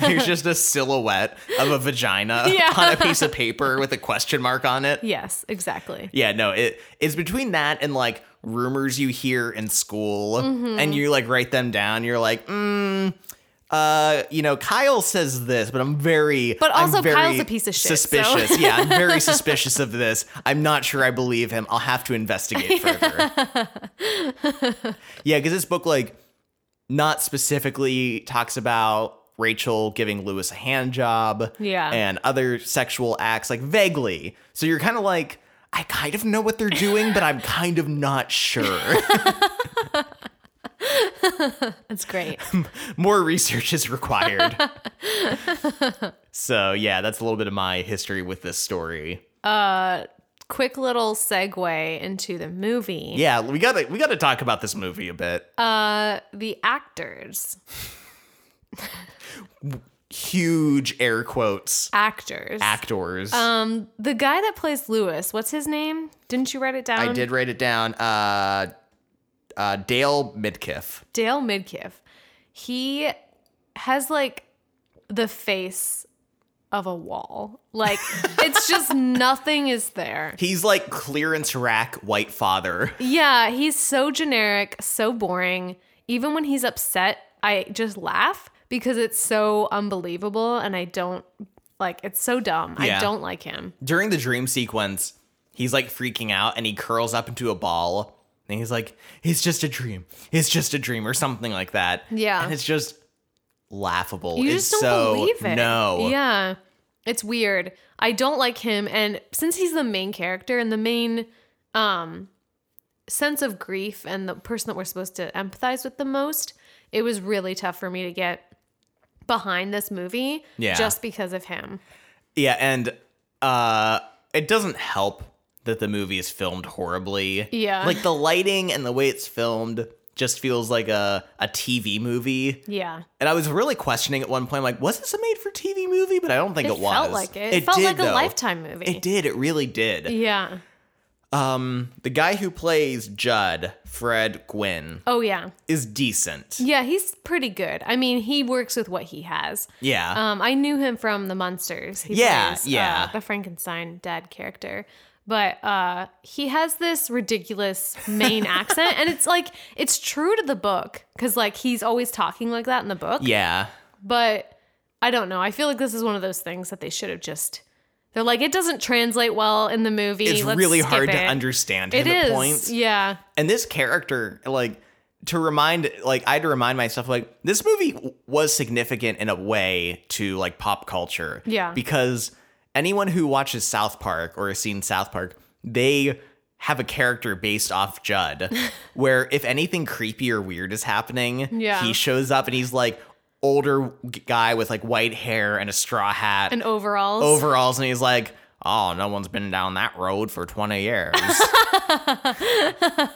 [SPEAKER 1] There's just a silhouette of a vagina
[SPEAKER 2] Yeah.
[SPEAKER 1] on a piece of paper with a question mark on it.
[SPEAKER 2] yes exactly
[SPEAKER 1] Yeah, no, it it's between that and like rumors you hear in school
[SPEAKER 2] Mm-hmm.
[SPEAKER 1] and you like write them down. You're like, mm, uh, you know, Kyle says this, but I'm very
[SPEAKER 2] But
[SPEAKER 1] I'm
[SPEAKER 2] also
[SPEAKER 1] very
[SPEAKER 2] Kyle's a piece of shit, so-
[SPEAKER 1] Suspicious. yeah, I'm very suspicious of this. I'm not sure I believe him. I'll have to investigate further. yeah, because this book like not specifically talks about Rachel giving Lewis a hand job
[SPEAKER 2] Yeah.
[SPEAKER 1] and other sexual acts, like vaguely. So you're kind of like, I kind of know what they're doing, but I'm kind of not sure.
[SPEAKER 2] That's great.
[SPEAKER 1] More research is required. so yeah, that's a little bit of my history with this story.
[SPEAKER 2] Quick little segue into the movie.
[SPEAKER 1] Yeah, we gotta we gotta talk about this movie a bit.
[SPEAKER 2] Uh, the actors,
[SPEAKER 1] Huge air quotes
[SPEAKER 2] actors.
[SPEAKER 1] actors.
[SPEAKER 2] um, the guy that plays Lewis, what's his name? Didn't you write it down?
[SPEAKER 1] I did write it down. Uh, uh, Dale Midkiff.
[SPEAKER 2] Dale Midkiff, he has like the face of a wall. Like it's just nothing is there.
[SPEAKER 1] He's like clearance rack white father.
[SPEAKER 2] Yeah, he's so generic, so boring. Even when he's upset, I just laugh because it's so unbelievable and I don't like it's so dumb. I
[SPEAKER 1] Yeah.
[SPEAKER 2] don't like him.
[SPEAKER 1] During the dream sequence, he's like freaking out and he curls up into a ball and he's like, "It's just a dream. It's just a dream," or something like that.
[SPEAKER 2] Yeah.
[SPEAKER 1] and it's just laughable.
[SPEAKER 2] You
[SPEAKER 1] it's
[SPEAKER 2] just don't
[SPEAKER 1] so,
[SPEAKER 2] believe it.
[SPEAKER 1] No.
[SPEAKER 2] Yeah. It's weird. I don't like him and since he's the main character and the main um sense of grief and the person that we're supposed to empathize with the most, it was really tough for me to get behind this movie
[SPEAKER 1] Yeah.
[SPEAKER 2] just because of him.
[SPEAKER 1] Yeah, and uh it doesn't help that the movie is filmed horribly.
[SPEAKER 2] Yeah.
[SPEAKER 1] Like the lighting and the way it's filmed just feels like a a TV movie.
[SPEAKER 2] Yeah.
[SPEAKER 1] And I was really questioning at one point like was this a made for TV movie? But I don't think it,
[SPEAKER 2] it
[SPEAKER 1] was.
[SPEAKER 2] felt like it. It, felt
[SPEAKER 1] did,
[SPEAKER 2] like a
[SPEAKER 1] though.
[SPEAKER 2] lifetime movie.
[SPEAKER 1] It did. It really did.
[SPEAKER 2] Yeah.
[SPEAKER 1] Um the guy who plays Judd, Fred Gwynn,
[SPEAKER 2] Oh yeah.
[SPEAKER 1] is decent.
[SPEAKER 2] Yeah, he's pretty good. I mean, he works with what he has.
[SPEAKER 1] Yeah.
[SPEAKER 2] Um, I knew him from The Munsters. He
[SPEAKER 1] Yeah,
[SPEAKER 2] plays,
[SPEAKER 1] yeah.
[SPEAKER 2] uh, the Frankenstein dad character. But uh, he has this ridiculous Maine accent, and it's like it's true to the book because like he's always talking like that in the book.
[SPEAKER 1] yeah.
[SPEAKER 2] But I don't know. I feel like this is one of those things that they should have just. They're like it doesn't translate well in the movie.
[SPEAKER 1] It's
[SPEAKER 2] Let's
[SPEAKER 1] really
[SPEAKER 2] skip
[SPEAKER 1] hard to
[SPEAKER 2] it."
[SPEAKER 1] understand
[SPEAKER 2] It
[SPEAKER 1] him at
[SPEAKER 2] is.
[SPEAKER 1] points.
[SPEAKER 2] Yeah.
[SPEAKER 1] and this character like to remind like i had to remind myself like this movie w- was significant in a way to like pop culture
[SPEAKER 2] Yeah.
[SPEAKER 1] because anyone who watches south park or has seen south park they have a character based off judd where if anything creepy or weird is happening
[SPEAKER 2] Yeah.
[SPEAKER 1] he shows up and he's like older g- guy with like white hair and a straw hat
[SPEAKER 2] And overalls.
[SPEAKER 1] overalls and he's like oh no one's been down that road for 20 years if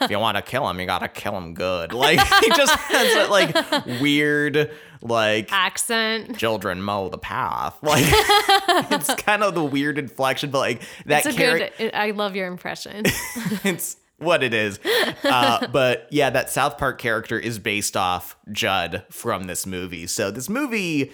[SPEAKER 1] you want to kill him you gotta kill him good like he just has that like weird like
[SPEAKER 2] accent.
[SPEAKER 1] children mow the path like it's kind of the weird inflection but like that
[SPEAKER 2] It's a
[SPEAKER 1] character
[SPEAKER 2] good. I love your impression.
[SPEAKER 1] it's what it is. Uh, but yeah, that South Park character is based off Judd from this movie. So this movie,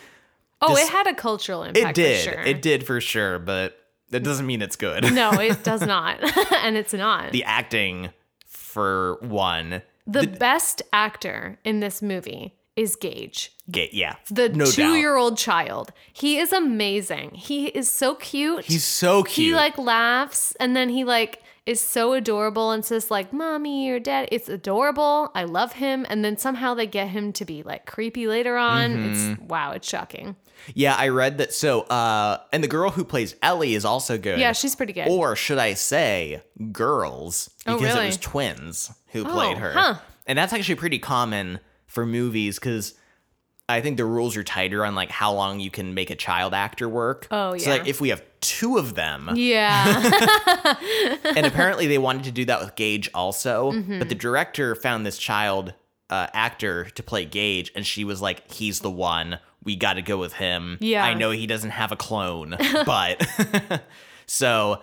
[SPEAKER 2] Oh,
[SPEAKER 1] This-
[SPEAKER 2] it had a cultural impact.
[SPEAKER 1] it did.
[SPEAKER 2] For sure.
[SPEAKER 1] It did for sure, but that doesn't mean it's good.
[SPEAKER 2] No, it does not, and it's not. The,
[SPEAKER 1] the acting, for one,
[SPEAKER 2] best actor in this movie is Gage,
[SPEAKER 1] ga- yeah.
[SPEAKER 2] the
[SPEAKER 1] no doubt.
[SPEAKER 2] two-year-old child. He is amazing. He is so cute.
[SPEAKER 1] He's so
[SPEAKER 2] he
[SPEAKER 1] cute.
[SPEAKER 2] like laughs, and then he like is so adorable and says like "mommy" or "dad." It's adorable. I love him, and then somehow they get him to be like creepy later on. It's
[SPEAKER 1] Mm-hmm.
[SPEAKER 2] wow, it's shocking.
[SPEAKER 1] yeah, I read that. So, uh, and the girl who plays Ellie is also good.
[SPEAKER 2] Yeah, she's pretty good.
[SPEAKER 1] or should I say, girls,
[SPEAKER 2] Oh,
[SPEAKER 1] because
[SPEAKER 2] really? Oh,
[SPEAKER 1] it was twins who played her.
[SPEAKER 2] huh.
[SPEAKER 1] And that's actually pretty common for movies because I think the rules are tighter on like how long you can make a child actor work.
[SPEAKER 2] Oh,
[SPEAKER 1] So like
[SPEAKER 2] yeah.
[SPEAKER 1] if we have two of them,
[SPEAKER 2] yeah.
[SPEAKER 1] and apparently they wanted to do that with Gage also, but
[SPEAKER 2] Mm-hmm.
[SPEAKER 1] the director found this child uh, actor to play Gage, and she was like, "He's the one. We got to go with him.
[SPEAKER 2] Yeah.
[SPEAKER 1] I know he doesn't have a clone, but so."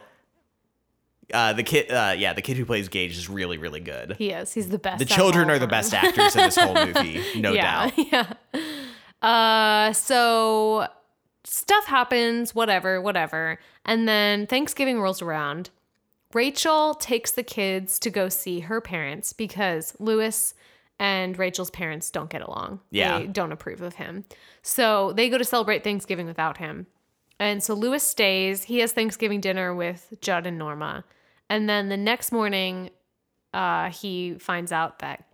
[SPEAKER 1] Uh, the kid, uh, yeah, the kid who plays Gage is really, really good.
[SPEAKER 2] He is. He's the best.
[SPEAKER 1] the
[SPEAKER 2] out of
[SPEAKER 1] children
[SPEAKER 2] all
[SPEAKER 1] are the
[SPEAKER 2] of them.
[SPEAKER 1] best actors in this whole movie, no
[SPEAKER 2] yeah,
[SPEAKER 1] doubt.
[SPEAKER 2] Yeah. Uh, so stuff happens, whatever, whatever. And then Thanksgiving rolls around. Rachel takes the kids to go see her parents because Lewis and Rachel's parents don't get along.
[SPEAKER 1] Yeah.
[SPEAKER 2] They don't approve of him. So they go to celebrate Thanksgiving without him. And so Lewis stays. He has Thanksgiving dinner with Judd and Norma. And then the next morning, uh, he finds out that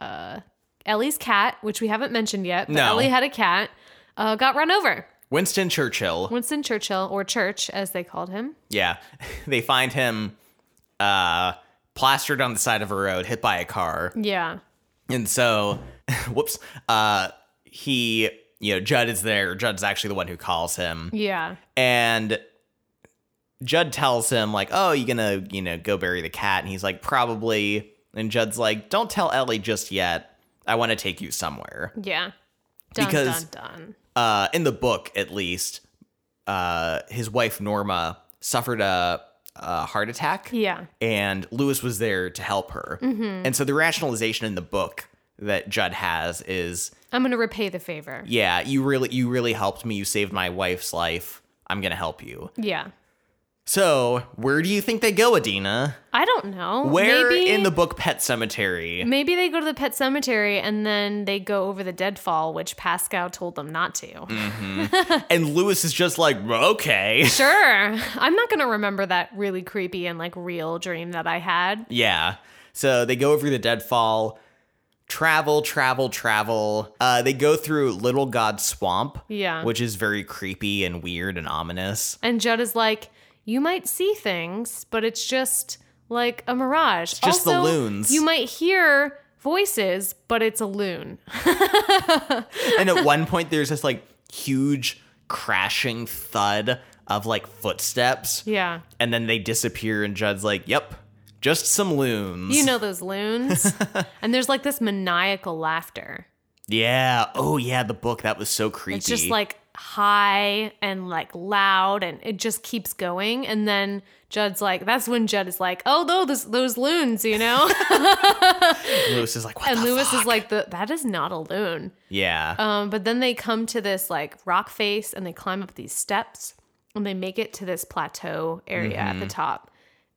[SPEAKER 2] uh, Ellie's cat, which we haven't mentioned yet, but
[SPEAKER 1] No.
[SPEAKER 2] Ellie had a cat, uh, got run over.
[SPEAKER 1] Winston Churchill.
[SPEAKER 2] Winston Churchill, or Church as they called him.
[SPEAKER 1] Yeah. They find him uh plastered on the side of a road, hit by a car.
[SPEAKER 2] Yeah.
[SPEAKER 1] And so whoops. Uh he you know, Judd is there. Judd's actually the one who calls him.
[SPEAKER 2] Yeah.
[SPEAKER 1] And Judd tells him, like, oh, you gonna, you know, go bury the cat? And he's like, probably. And Judd's like, don't tell Ellie just yet. I want to take you somewhere.
[SPEAKER 2] Yeah. Dun,
[SPEAKER 1] Because-
[SPEAKER 2] dun, dun.
[SPEAKER 1] uh, in the book at least, uh, his wife Norma suffered a, a heart attack,
[SPEAKER 2] Yeah.
[SPEAKER 1] and Lewis was there to help her. And so the rationalization in the book that Judd has is,
[SPEAKER 2] I'm going to repay the favor.
[SPEAKER 1] yeah, you really, you really helped me. You saved my wife's life. I'm gonna help you.
[SPEAKER 2] Yeah.
[SPEAKER 1] So where do you think they go, Adina?
[SPEAKER 2] I don't know.
[SPEAKER 1] Where
[SPEAKER 2] maybe,
[SPEAKER 1] in the book Pet Cemetery?
[SPEAKER 2] Maybe they go to the pet cemetery and then they go over the deadfall, which Pascal told them not to.
[SPEAKER 1] Mm. And Lewis is just like, okay,
[SPEAKER 2] Sure. I'm not going to remember that really creepy and like real dream that I had.
[SPEAKER 1] Yeah. So they go over the deadfall, travel, travel, travel. Uh, they go through Little God Swamp,
[SPEAKER 2] Yeah.
[SPEAKER 1] which is very creepy and weird and ominous.
[SPEAKER 2] And Judd is like, You might see things, but it's just like a mirage.
[SPEAKER 1] just the
[SPEAKER 2] Also,
[SPEAKER 1] loons."
[SPEAKER 2] You might hear voices, but it's a loon.
[SPEAKER 1] and at one point, there's this like huge crashing thud of like footsteps,
[SPEAKER 2] Yeah.
[SPEAKER 1] and then they disappear. And Judd's like, "Yep, just some loons."
[SPEAKER 2] You know those loons. and there's like this maniacal laughter.
[SPEAKER 1] Yeah. Oh yeah, the book that was so creepy.
[SPEAKER 2] It's just like high and like loud and it just keeps going. And then Judd's like, that's when Judd is like, oh, no, those, those loons, you know?
[SPEAKER 1] Lewis is like, "What
[SPEAKER 2] and
[SPEAKER 1] the
[SPEAKER 2] Lewis
[SPEAKER 1] fuck?"
[SPEAKER 2] is like, the, that is not a loon.
[SPEAKER 1] "Yeah."
[SPEAKER 2] Um, but then they come to this like rock face and they climb up these steps and they make it to this plateau area at the top.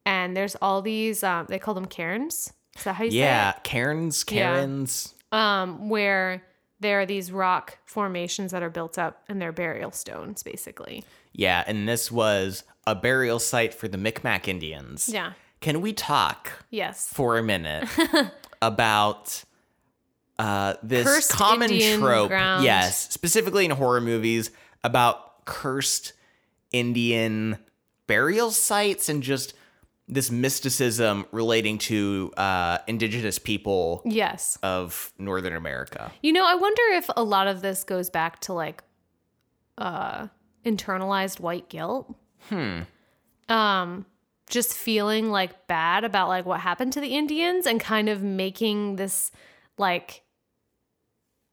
[SPEAKER 2] And there's all these, um, they call them cairns. Is that how you
[SPEAKER 1] yeah.
[SPEAKER 2] say
[SPEAKER 1] Karen's.
[SPEAKER 2] Yeah.
[SPEAKER 1] Karen's.
[SPEAKER 2] it? Um, where there are these rock formations that are built up and they're burial stones, basically.
[SPEAKER 1] Yeah, and this was a burial site for the Micmac Indians.
[SPEAKER 2] Yeah.
[SPEAKER 1] Can we talk
[SPEAKER 2] Yes.
[SPEAKER 1] for a minute about uh, this
[SPEAKER 2] Cursed
[SPEAKER 1] common
[SPEAKER 2] Indian
[SPEAKER 1] trope?
[SPEAKER 2] ground.
[SPEAKER 1] Yes, specifically in horror movies about cursed Indian burial sites and just this mysticism relating to uh, indigenous people
[SPEAKER 2] Yes.
[SPEAKER 1] of Northern America.
[SPEAKER 2] You know, I wonder if a lot of this goes back to like uh internalized white guilt. Hmm. Um just feeling like bad about like what happened to the Indians and kind of making this like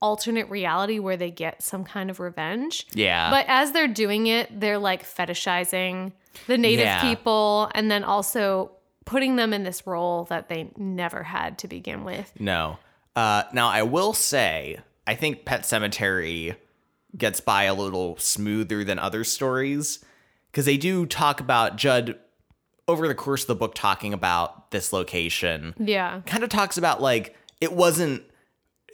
[SPEAKER 2] alternate reality where they get some kind of revenge.
[SPEAKER 1] Yeah.
[SPEAKER 2] But as they're doing it, they're like fetishizing the native
[SPEAKER 1] Yeah.
[SPEAKER 2] people and then also putting them in this role that they never had to begin with.
[SPEAKER 1] No. Uh, now I will say, I think Pet Cemetery gets by a little smoother than other stories because they do talk about Judd over the course of the book talking about this location.
[SPEAKER 2] Yeah.
[SPEAKER 1] Kind of talks about like it wasn't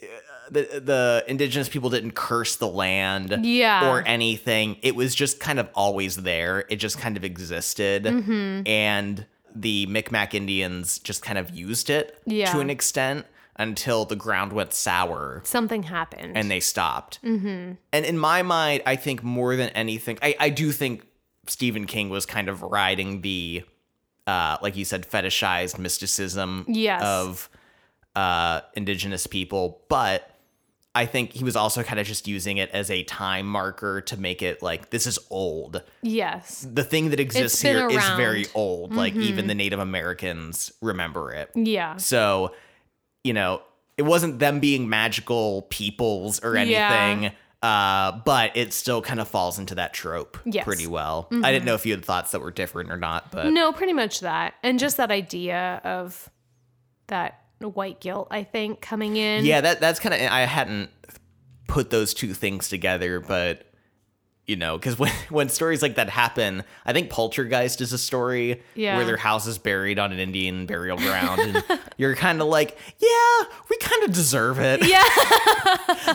[SPEAKER 1] uh, the the indigenous people didn't curse the land
[SPEAKER 2] Yeah.
[SPEAKER 1] or anything. It was just kind of always there. It just kind of existed.
[SPEAKER 2] Mm-hmm.
[SPEAKER 1] And the Micmac Indians just kind of used it
[SPEAKER 2] Yeah.
[SPEAKER 1] to an extent until the ground went sour
[SPEAKER 2] something happened.
[SPEAKER 1] and they stopped. Mm-hmm. And in my mind, I think more than anything, I, I do think Stephen King was kind of riding the, uh, like you said, fetishized mysticism
[SPEAKER 2] Yes.
[SPEAKER 1] of uh, indigenous people. But I think he was also kind of just using it as a time marker to make it like this is old.
[SPEAKER 2] yes.
[SPEAKER 1] The thing that exists
[SPEAKER 2] been
[SPEAKER 1] here is
[SPEAKER 2] around. Mm-hmm.
[SPEAKER 1] very old. Like even the Native Americans remember it.
[SPEAKER 2] Yeah.
[SPEAKER 1] So, you know, it wasn't them being magical peoples or
[SPEAKER 2] Yeah.
[SPEAKER 1] anything. Uh, but it still kind of falls into that trope
[SPEAKER 2] Yes. Mm-hmm.
[SPEAKER 1] pretty well. I didn't know if you had thoughts that were different or not, but
[SPEAKER 2] No, pretty much that. And just that idea of that white guilt, I think, coming in.
[SPEAKER 1] yeah, that that's kind of I hadn't put those two things together, but you know, because when when stories like that happen, I think Poltergeist is a story
[SPEAKER 2] Yeah.
[SPEAKER 1] where their house is buried on an Indian burial ground, and you're kind of like, yeah, we kind of deserve it.
[SPEAKER 2] Yeah.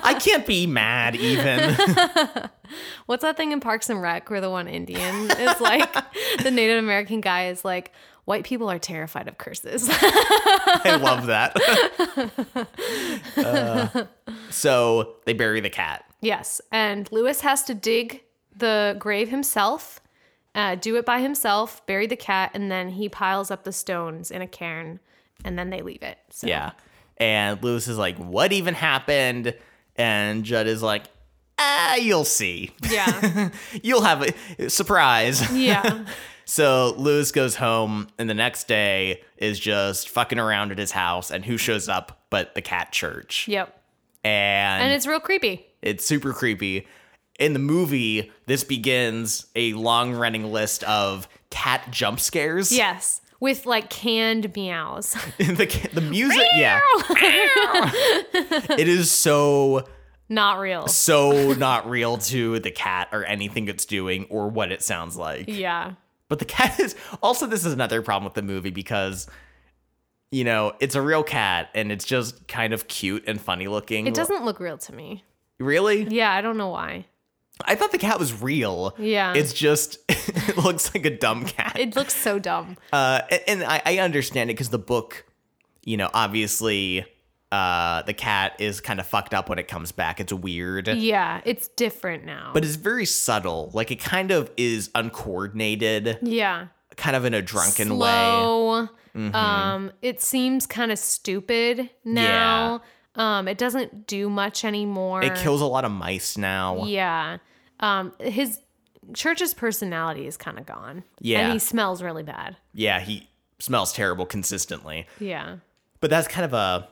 [SPEAKER 1] I can't be mad even.
[SPEAKER 2] What's that thing in Parks and Rec where the one Indian is like, the Native American guy is like, white people are terrified of curses.
[SPEAKER 1] I love that. Uh, so they bury the cat.
[SPEAKER 2] Yes. And Lewis has to dig the grave himself, uh, do it by himself, bury the cat, and then he piles up the stones in a cairn and then they leave it. So,
[SPEAKER 1] Yeah. And Lewis is like, what even happened? And Judd is like, ah, you'll see.
[SPEAKER 2] Yeah.
[SPEAKER 1] You'll have a surprise.
[SPEAKER 2] Yeah.
[SPEAKER 1] So Lewis goes home, and the next day is just fucking around at his house. And who shows up but the cat church?
[SPEAKER 2] yep.
[SPEAKER 1] And,
[SPEAKER 2] And it's real creepy.
[SPEAKER 1] it's super creepy. In the movie, this begins a long running list of cat jump scares.
[SPEAKER 2] Yes. With like canned meows.
[SPEAKER 1] the, ca- the music. yeah. it is so
[SPEAKER 2] Not real.
[SPEAKER 1] so not real to the cat or anything it's doing or what it sounds like.
[SPEAKER 2] Yeah.
[SPEAKER 1] But the cat is also this is another problem with the movie because you know, it's a real cat and it's just kind of cute and funny looking.
[SPEAKER 2] It doesn't look real to me.
[SPEAKER 1] really?
[SPEAKER 2] Yeah, I don't know why.
[SPEAKER 1] I thought the cat was real.
[SPEAKER 2] Yeah.
[SPEAKER 1] It's just it looks like a dumb cat.
[SPEAKER 2] It looks so dumb.
[SPEAKER 1] uh a- and I, I understand it because the book, you know, obviously uh the cat is kind of fucked up when it comes back. It's weird.
[SPEAKER 2] Yeah, it's different now.
[SPEAKER 1] But it's very subtle. Like it kind of is uncoordinated.
[SPEAKER 2] yeah.
[SPEAKER 1] kind of in a drunken way.
[SPEAKER 2] Slow.
[SPEAKER 1] Mm-hmm.
[SPEAKER 2] Um, it seems kind of stupid now. Um, it doesn't do much anymore.
[SPEAKER 1] It kills a lot of mice now.
[SPEAKER 2] Yeah. Um, his church's personality is kind of gone.
[SPEAKER 1] Yeah.
[SPEAKER 2] And he smells really bad.
[SPEAKER 1] Yeah, he smells terrible consistently.
[SPEAKER 2] Yeah.
[SPEAKER 1] But that's kind of a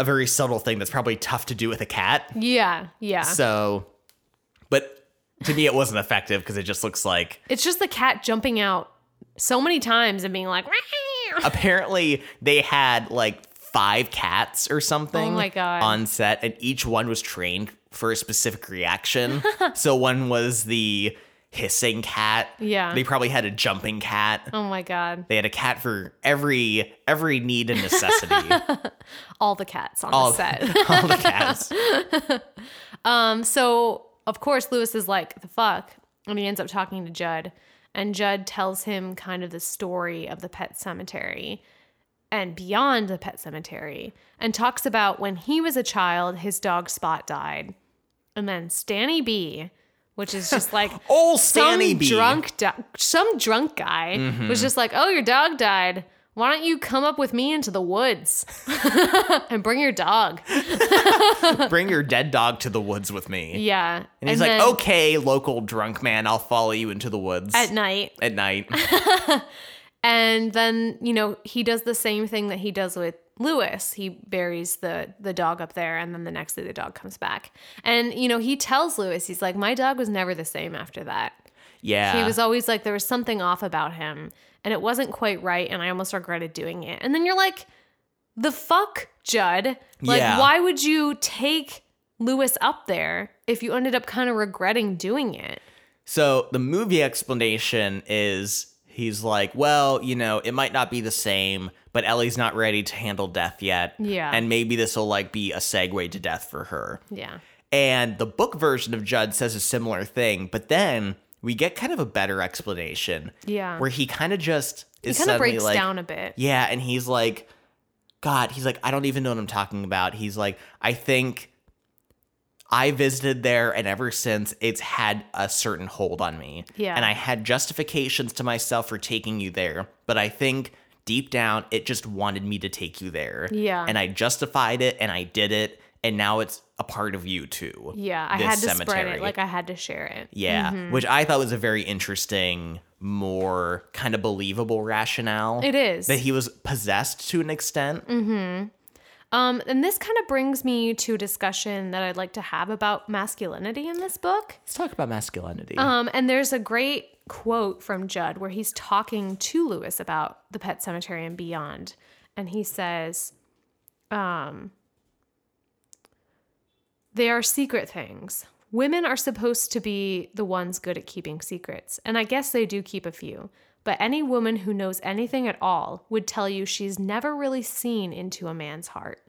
[SPEAKER 1] a very subtle thing that's probably tough to do with a cat.
[SPEAKER 2] Yeah. Yeah.
[SPEAKER 1] So but to me it wasn't effective because it just looks like
[SPEAKER 2] it's just the cat jumping out so many times and being like,
[SPEAKER 1] apparently they had like five cats or something
[SPEAKER 2] Oh my God.
[SPEAKER 1] on set and each one was trained for a specific reaction. so one was the hissing cat.
[SPEAKER 2] Yeah.
[SPEAKER 1] They probably had a jumping cat.
[SPEAKER 2] oh my God.
[SPEAKER 1] They had a cat for every every need and necessity.
[SPEAKER 2] All the cats on
[SPEAKER 1] all,
[SPEAKER 2] the set. Um,
[SPEAKER 1] all the cats.
[SPEAKER 2] So, of course, Lewis is like, the fuck? And he ends up talking to Judd. And Judd tells him kind of the story of the pet cemetery and beyond the pet cemetery and talks about when he was a child, his dog Spot died. And then Stanny B, which is just like
[SPEAKER 1] Old Stanny
[SPEAKER 2] some
[SPEAKER 1] B. Mm-hmm.
[SPEAKER 2] drunk do- some drunk guy was just like, "Oh, your dog died. Why don't you come up with me into the woods and bring your dog?"
[SPEAKER 1] Bring your dead dog to the woods with me.
[SPEAKER 2] Yeah.
[SPEAKER 1] And he's like, "Oh,
[SPEAKER 2] then
[SPEAKER 1] okay, local drunk man, I'll follow you into the woods
[SPEAKER 2] at night
[SPEAKER 1] at night.
[SPEAKER 2] And then, you know, he does the same thing that he does with Lewis. He buries the the dog up there and then the next day the dog comes back. And you know, he tells Lewis, he's like, "My dog was never the same after that."
[SPEAKER 1] Yeah.
[SPEAKER 2] He was always like there was something off about him and it wasn't quite right and I almost regretted doing it. And then you're like, "The fuck, Judd? Like
[SPEAKER 1] Yeah.
[SPEAKER 2] why would you take Lewis up there if you ended up kind of regretting doing it?"
[SPEAKER 1] so the movie explanation is he's like, well, you know, it might not be the same, but Ellie's not ready to handle death yet.
[SPEAKER 2] Yeah.
[SPEAKER 1] And maybe this will like be a segue to death for her.
[SPEAKER 2] Yeah.
[SPEAKER 1] And the book version of Judd says a similar thing, but then we get kind of a better explanation.
[SPEAKER 2] Yeah.
[SPEAKER 1] Where he kind of just
[SPEAKER 2] It
[SPEAKER 1] is
[SPEAKER 2] kind of
[SPEAKER 1] suddenly
[SPEAKER 2] breaks
[SPEAKER 1] like,
[SPEAKER 2] down a bit.
[SPEAKER 1] Yeah, and he's like, God, he's like, I don't even know what I'm talking about. He's like, I think I visited there, and ever since it's had a certain hold on me.
[SPEAKER 2] Yeah.
[SPEAKER 1] And I had justifications to myself for taking you there, but I think deep down it just wanted me to take you there.
[SPEAKER 2] Yeah.
[SPEAKER 1] And I justified it and I did it, and now it's a part of you too.
[SPEAKER 2] Yeah, I
[SPEAKER 1] this
[SPEAKER 2] had to spread
[SPEAKER 1] cemetery.
[SPEAKER 2] it. Like I Mm-hmm. had to share it.
[SPEAKER 1] yeah, which I thought was a very interesting, more kind of believable rationale
[SPEAKER 2] It is.
[SPEAKER 1] that he was possessed to an extent.
[SPEAKER 2] Mm. Um, and this kind of brings me to a discussion that I'd like to have about masculinity in this book.
[SPEAKER 1] Let's talk about masculinity.
[SPEAKER 2] Um, and there's a great quote from Judd where he's talking to Lewis about the pet cemetery and beyond. And he says, um, they are secret things. Women are supposed to be the ones good at keeping secrets. And I guess they do keep a few. But any woman who knows anything at all would tell you she's never really seen into a man's heart.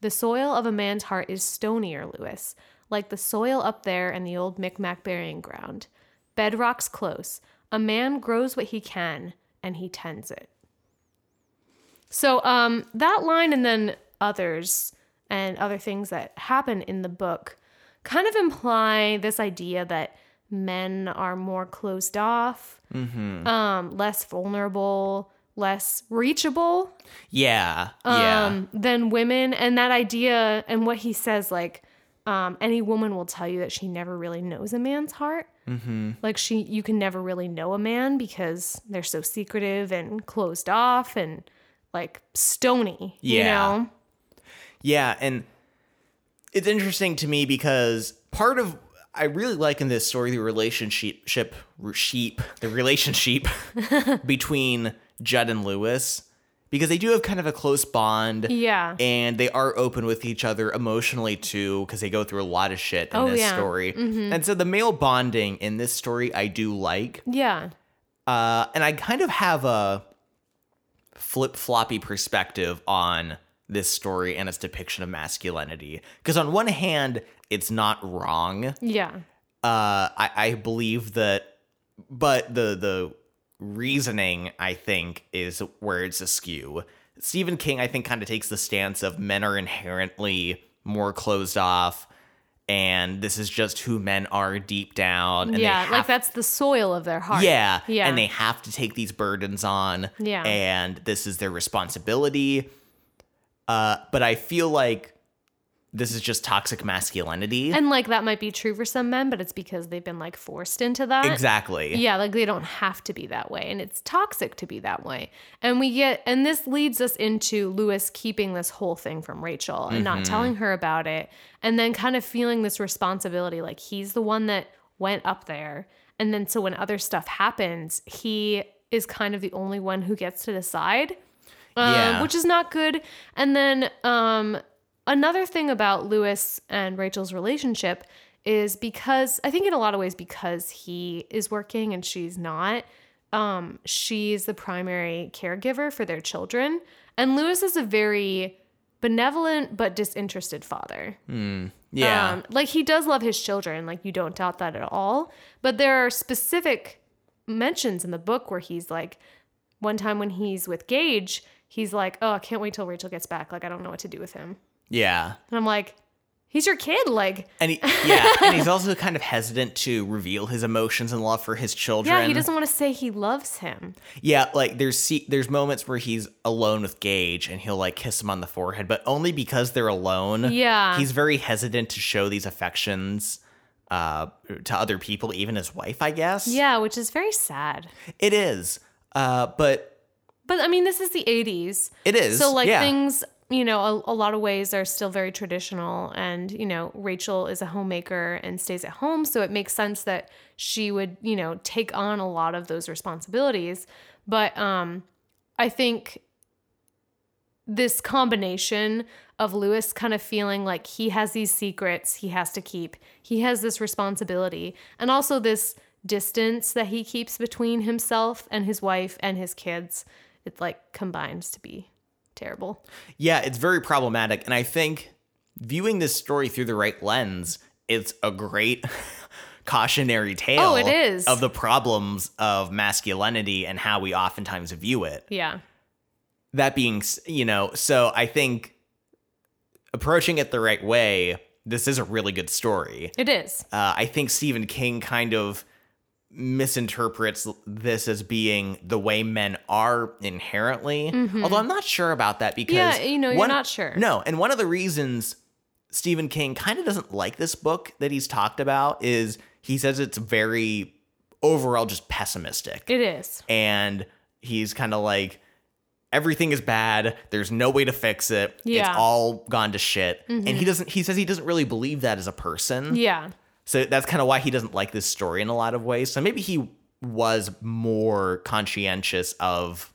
[SPEAKER 2] The soil of a man's heart is stonier, Lewis, like the soil up there in the old Micmac burying ground. Bedrock's close. A man grows what he can, and he tends it. So, um, that line and then others and other things that happen in the book kind of imply this idea that men are more closed off, um, less vulnerable, less reachable
[SPEAKER 1] Yeah. yeah.
[SPEAKER 2] um, than women. And that idea and what he says, like, um, any woman will tell you that she never really knows a man's heart. Mm-hmm. Like she, you can never really know a man because they're so secretive and closed off and like stony.
[SPEAKER 1] Yeah.
[SPEAKER 2] You know?
[SPEAKER 1] Yeah, and it's interesting to me because part of I really like in this story the relationship ship sheep the relationship between Judd and Lewis because they do have kind of a close bond
[SPEAKER 2] Yeah.
[SPEAKER 1] and they are open with each other emotionally too because they go through a lot of shit in
[SPEAKER 2] Oh,
[SPEAKER 1] this
[SPEAKER 2] yeah.
[SPEAKER 1] story. And so the male bonding in this story I do like.
[SPEAKER 2] yeah.
[SPEAKER 1] Uh, and I kind of have a flip floppy perspective on this story and its depiction of masculinity. Because on one hand, it's not wrong. Uh,
[SPEAKER 2] Yeah.
[SPEAKER 1] I, I believe that, but the the reasoning I think is where it's askew. Stephen King, I think, kind of takes the stance of men are inherently more closed off, and this is just who men are deep down. And they
[SPEAKER 2] yeah.
[SPEAKER 1] have
[SPEAKER 2] Like that's the soil of their heart.
[SPEAKER 1] yeah.
[SPEAKER 2] Yeah.
[SPEAKER 1] And they have to take these burdens on.
[SPEAKER 2] Yeah.
[SPEAKER 1] And this is their responsibility. Uh, but I feel like this is just toxic masculinity.
[SPEAKER 2] And like that might be true for some men, but it's because they've been like forced into that.
[SPEAKER 1] exactly.
[SPEAKER 2] Yeah, like they don't have to be that way. And it's toxic to be that way. And we get, and this leads us into Lewis keeping this whole thing from Rachel and not telling her about it. And then kind of feeling this responsibility like he's the one that went up there. And then so when other stuff happens, he is kind of the only one who gets to decide um,
[SPEAKER 1] Yeah.
[SPEAKER 2] which is not good. And then um, another thing about Lewis and Rachel's relationship is because I think in a lot of ways because he is working and she's not. Um, she's the primary caregiver for their children, and Lewis is a very benevolent but disinterested father.
[SPEAKER 1] Hmm. Yeah.
[SPEAKER 2] Um, like he does love his children, like you don't doubt that at all. But there are specific mentions in the book where he's like, one time when he's with Gage, he's like, oh, I can't wait till Rachel gets back. Like, I don't know what to do with him.
[SPEAKER 1] yeah.
[SPEAKER 2] And I'm like, he's your kid. Like,
[SPEAKER 1] And he, yeah, and he's also kind of hesitant to reveal his emotions and love for his children.
[SPEAKER 2] yeah, he doesn't want to say he loves him.
[SPEAKER 1] Yeah, like there's se- there's moments where he's alone with Gage and he'll like kiss him on the forehead, but only because they're alone.
[SPEAKER 2] Yeah.
[SPEAKER 1] he's very hesitant to show these affections uh, to other people, even his wife, I guess.
[SPEAKER 2] Yeah, which is very sad.
[SPEAKER 1] it is. Uh, but
[SPEAKER 2] But I mean, this is the 80s.
[SPEAKER 1] it is.
[SPEAKER 2] So like
[SPEAKER 1] yeah.
[SPEAKER 2] things, you know, a, a lot of ways are still very traditional, and you know, Rachel is a homemaker and stays at home, so it makes sense that she would, you know, take on a lot of those responsibilities. But um, I think this combination of Lewis kind of feeling like he has these secrets he has to keep, he has this responsibility, and also this distance that he keeps between himself and his wife and his kids. It like combines to be terrible.
[SPEAKER 1] Yeah, it's very problematic. And I think viewing this story through the right lens, it's a great cautionary tale
[SPEAKER 2] Oh, it is.
[SPEAKER 1] of the problems of masculinity and how we oftentimes view it.
[SPEAKER 2] Yeah.
[SPEAKER 1] that being s- you know so i think approaching it the right way this is a really good story
[SPEAKER 2] It is.
[SPEAKER 1] uh, i think stephen king kind of misinterprets l- this as being the way men are inherently although i'm not sure about that because
[SPEAKER 2] Mm-hmm. Yeah, you know, you're not sure.
[SPEAKER 1] no and one of the reasons stephen king kind of doesn't like this book that he's talked about is he says it's very overall just pessimistic
[SPEAKER 2] It is.
[SPEAKER 1] and he's kind of like everything is bad there's no way to fix it
[SPEAKER 2] Yeah. Mm-hmm.
[SPEAKER 1] it's all gone to shit and he doesn't he says he doesn't really believe that as a person
[SPEAKER 2] Yeah.
[SPEAKER 1] so that's kind of why he doesn't like this story in a lot of ways so maybe he was more conscientious of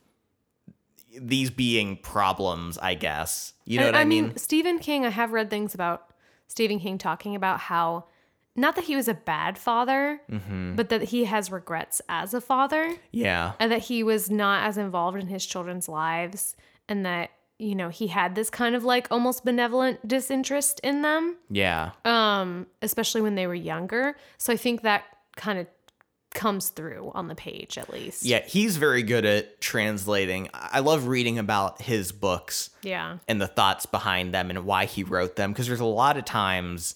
[SPEAKER 1] these being problems i guess you know
[SPEAKER 2] And
[SPEAKER 1] what i mean,
[SPEAKER 2] Stephen King, I have read things about Stephen King talking about how not that he was a bad father,
[SPEAKER 1] Mm-hmm.
[SPEAKER 2] but that he has regrets as a father.
[SPEAKER 1] yeah
[SPEAKER 2] and that he was not as involved in his children's lives and that you know he had this kind of like almost benevolent disinterest in them
[SPEAKER 1] yeah
[SPEAKER 2] um especially when they were younger so i think that kind of comes through on the page at least
[SPEAKER 1] yeah he's very good at translating i I love reading about his books
[SPEAKER 2] yeah
[SPEAKER 1] and the thoughts behind them and why he wrote them because there's a lot of times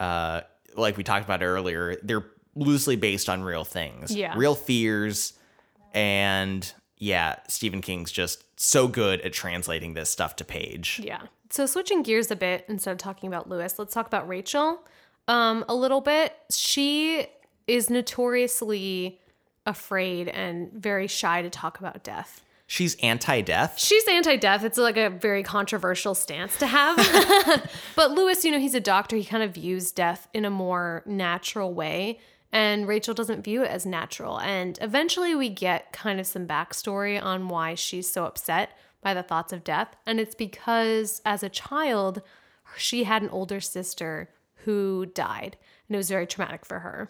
[SPEAKER 1] uh, like we talked about earlier, they're loosely based on real things.
[SPEAKER 2] Yeah.
[SPEAKER 1] Real fears. And yeah, Stephen King's just so good at translating this stuff to page.
[SPEAKER 2] Yeah. So switching gears a bit instead of talking about Lewis, let's talk about Rachel um, a little bit. She is notoriously afraid and very shy to talk about death.
[SPEAKER 1] She's anti death.
[SPEAKER 2] She's anti-death. It's like a very controversial stance to have. but Lewis, you know, he's a doctor. He kind of views death in a more natural way, and Rachel doesn't view it as natural. And eventually, we get kind of some backstory on why she's so upset by the thoughts of death, and it's because as a child, she had an older sister who died, and it was very traumatic for her.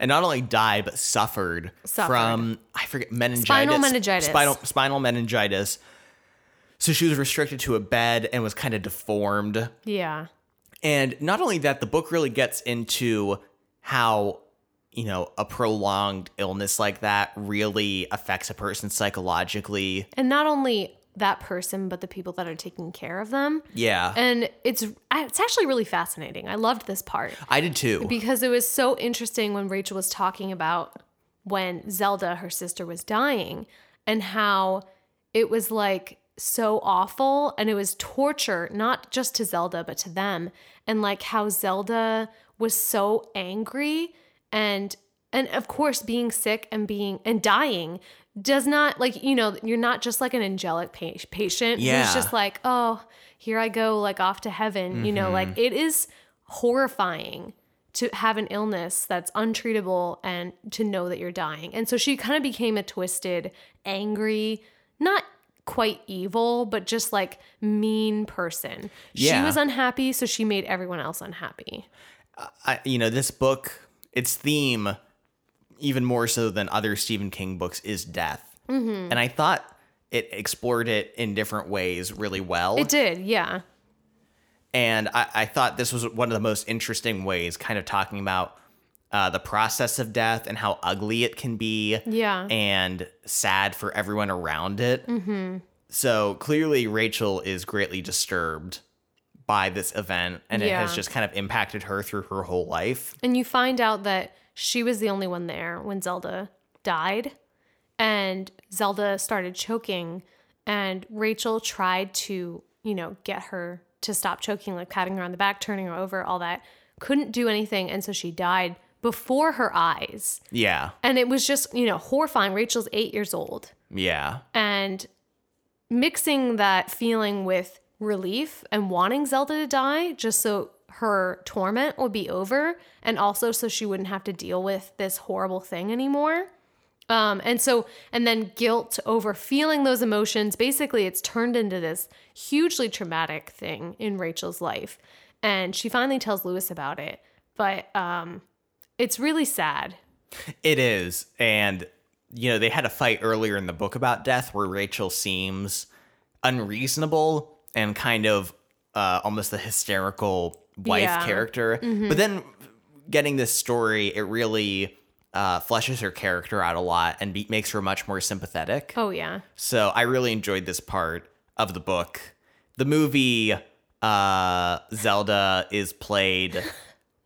[SPEAKER 1] and not only died but suffered,
[SPEAKER 2] Suffered.
[SPEAKER 1] from I forget meningitis,
[SPEAKER 2] Spinal meningitis.
[SPEAKER 1] spinal spinal meningitis. So she was restricted to a bed and was kind of deformed.
[SPEAKER 2] Yeah.
[SPEAKER 1] And not only that, the book really gets into how you know a prolonged illness like that really affects a person psychologically.
[SPEAKER 2] And not only that person, but the people that are taking care of them.
[SPEAKER 1] Yeah,
[SPEAKER 2] and it's it's actually really fascinating. I loved this part
[SPEAKER 1] I did too.
[SPEAKER 2] because it was so interesting when Rachel was talking about when Zelda, her sister, was dying and how it was like so awful and it was torture, not just to Zelda, but to them. And like how Zelda was so angry and and of course being sick and being and dying does not like you know you're not just like an angelic pa- patient
[SPEAKER 1] Yeah.
[SPEAKER 2] who's just like oh here i go like off to heaven you know like it is horrifying to have an illness that's untreatable and to know that you're dying. And so she kind of became a twisted, angry, not quite evil, but just like mean person. She
[SPEAKER 1] Yeah.
[SPEAKER 2] was unhappy, so she made everyone else unhappy.
[SPEAKER 1] I, you know, this book, its theme, even more so than other Stephen King books, is death.
[SPEAKER 2] Mm-hmm.
[SPEAKER 1] And I thought it explored it in different ways really well.
[SPEAKER 2] It did, yeah.
[SPEAKER 1] and I, I thought this was one of the most interesting ways, kind of talking about uh, the process of death and how ugly it can be
[SPEAKER 2] Yeah.
[SPEAKER 1] and sad for everyone around it. Mm-hmm. So clearly, Rachel is greatly disturbed by this event and it
[SPEAKER 2] Yeah.
[SPEAKER 1] has just kind of impacted her through her whole life.
[SPEAKER 2] And you find out that she was the only one there when Zelda died. And Zelda started choking. And Rachel tried to, you know, get her to stop choking, like patting her on the back, turning her over, all that. Couldn't do anything. And so she died before her eyes.
[SPEAKER 1] Yeah.
[SPEAKER 2] And it was just, you know, horrifying. Rachel's eight years old
[SPEAKER 1] Yeah.
[SPEAKER 2] and mixing that feeling with relief and wanting Zelda to die just so her torment would be over and also so she wouldn't have to deal with this horrible thing anymore. Um, and so, and then guilt over feeling those emotions. Basically, it's turned into this hugely traumatic thing in Rachel's life. And she finally tells Lewis about it. But um, it's really sad.
[SPEAKER 1] It is. And, you know, they had a fight earlier in the book about death where Rachel seems unreasonable and kind of uh, almost the hysterical wife
[SPEAKER 2] Yeah. Mm-hmm.
[SPEAKER 1] character. But then getting this story, it really uh, fleshes her character out a lot and be- makes her much more sympathetic.
[SPEAKER 2] Oh, yeah.
[SPEAKER 1] So I really enjoyed this part of the book. The movie uh, Zelda is played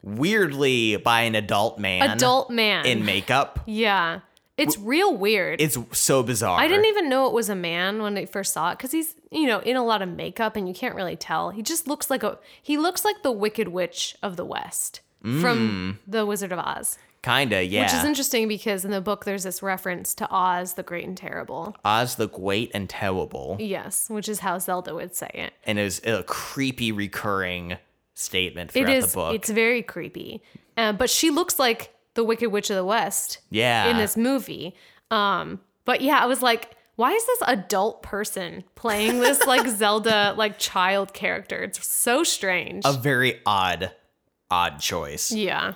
[SPEAKER 1] weirdly by an adult man
[SPEAKER 2] Adult man.
[SPEAKER 1] in makeup.
[SPEAKER 2] Yeah. It's real weird.
[SPEAKER 1] It's so bizarre.
[SPEAKER 2] I didn't e-, even know it was a man when I first saw it because he's, you know, in a lot of makeup and you can't really tell. He just looks like a, he looks like the Wicked Witch of the West from The Wizard of Oz,
[SPEAKER 1] Kinda, Mm. yeah.
[SPEAKER 2] which is interesting because in the book there's this reference to Oz the Great and Terrible.
[SPEAKER 1] Oz the Great and Terrible,
[SPEAKER 2] Yes, which is how Zelda would say it.
[SPEAKER 1] and it was a creepy recurring statement
[SPEAKER 2] It
[SPEAKER 1] throughout
[SPEAKER 2] is,
[SPEAKER 1] the book.
[SPEAKER 2] it's very creepy. Uh, but she looks like the Wicked Witch of the West.
[SPEAKER 1] yeah,
[SPEAKER 2] in this movie. Um, but yeah, I was like, why is this adult person playing this like Zelda like child character? It's so strange.
[SPEAKER 1] a very odd, odd choice.
[SPEAKER 2] yeah.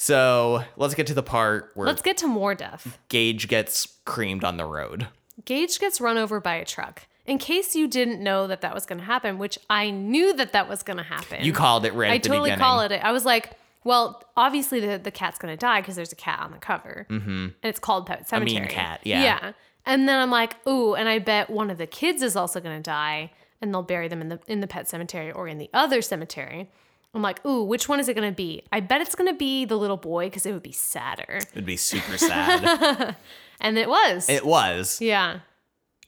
[SPEAKER 1] So let's get to the part where
[SPEAKER 2] Let's get to more death.
[SPEAKER 1] Gage gets creamed on the road.
[SPEAKER 2] Gage gets run over by a truck. In case you didn't know that that was going to happen, which I knew that that was going to happen.
[SPEAKER 1] You called it right
[SPEAKER 2] I
[SPEAKER 1] at the
[SPEAKER 2] totally
[SPEAKER 1] beginning.
[SPEAKER 2] call it. I was like, well, obviously the, the cat's gonna die because there's a cat on the cover, mm-hmm. and it's called Pet Cemetery.
[SPEAKER 1] cat, yeah.
[SPEAKER 2] Yeah. And then I'm like, ooh, and I bet one of the kids is also gonna die, and they'll bury them in the in the pet cemetery or in the other cemetery. I'm like, ooh, which one is it going to be? I bet it's going to be the little boy because it would be sadder.
[SPEAKER 1] It'd be super sad.
[SPEAKER 2] And it was.
[SPEAKER 1] it was.
[SPEAKER 2] yeah.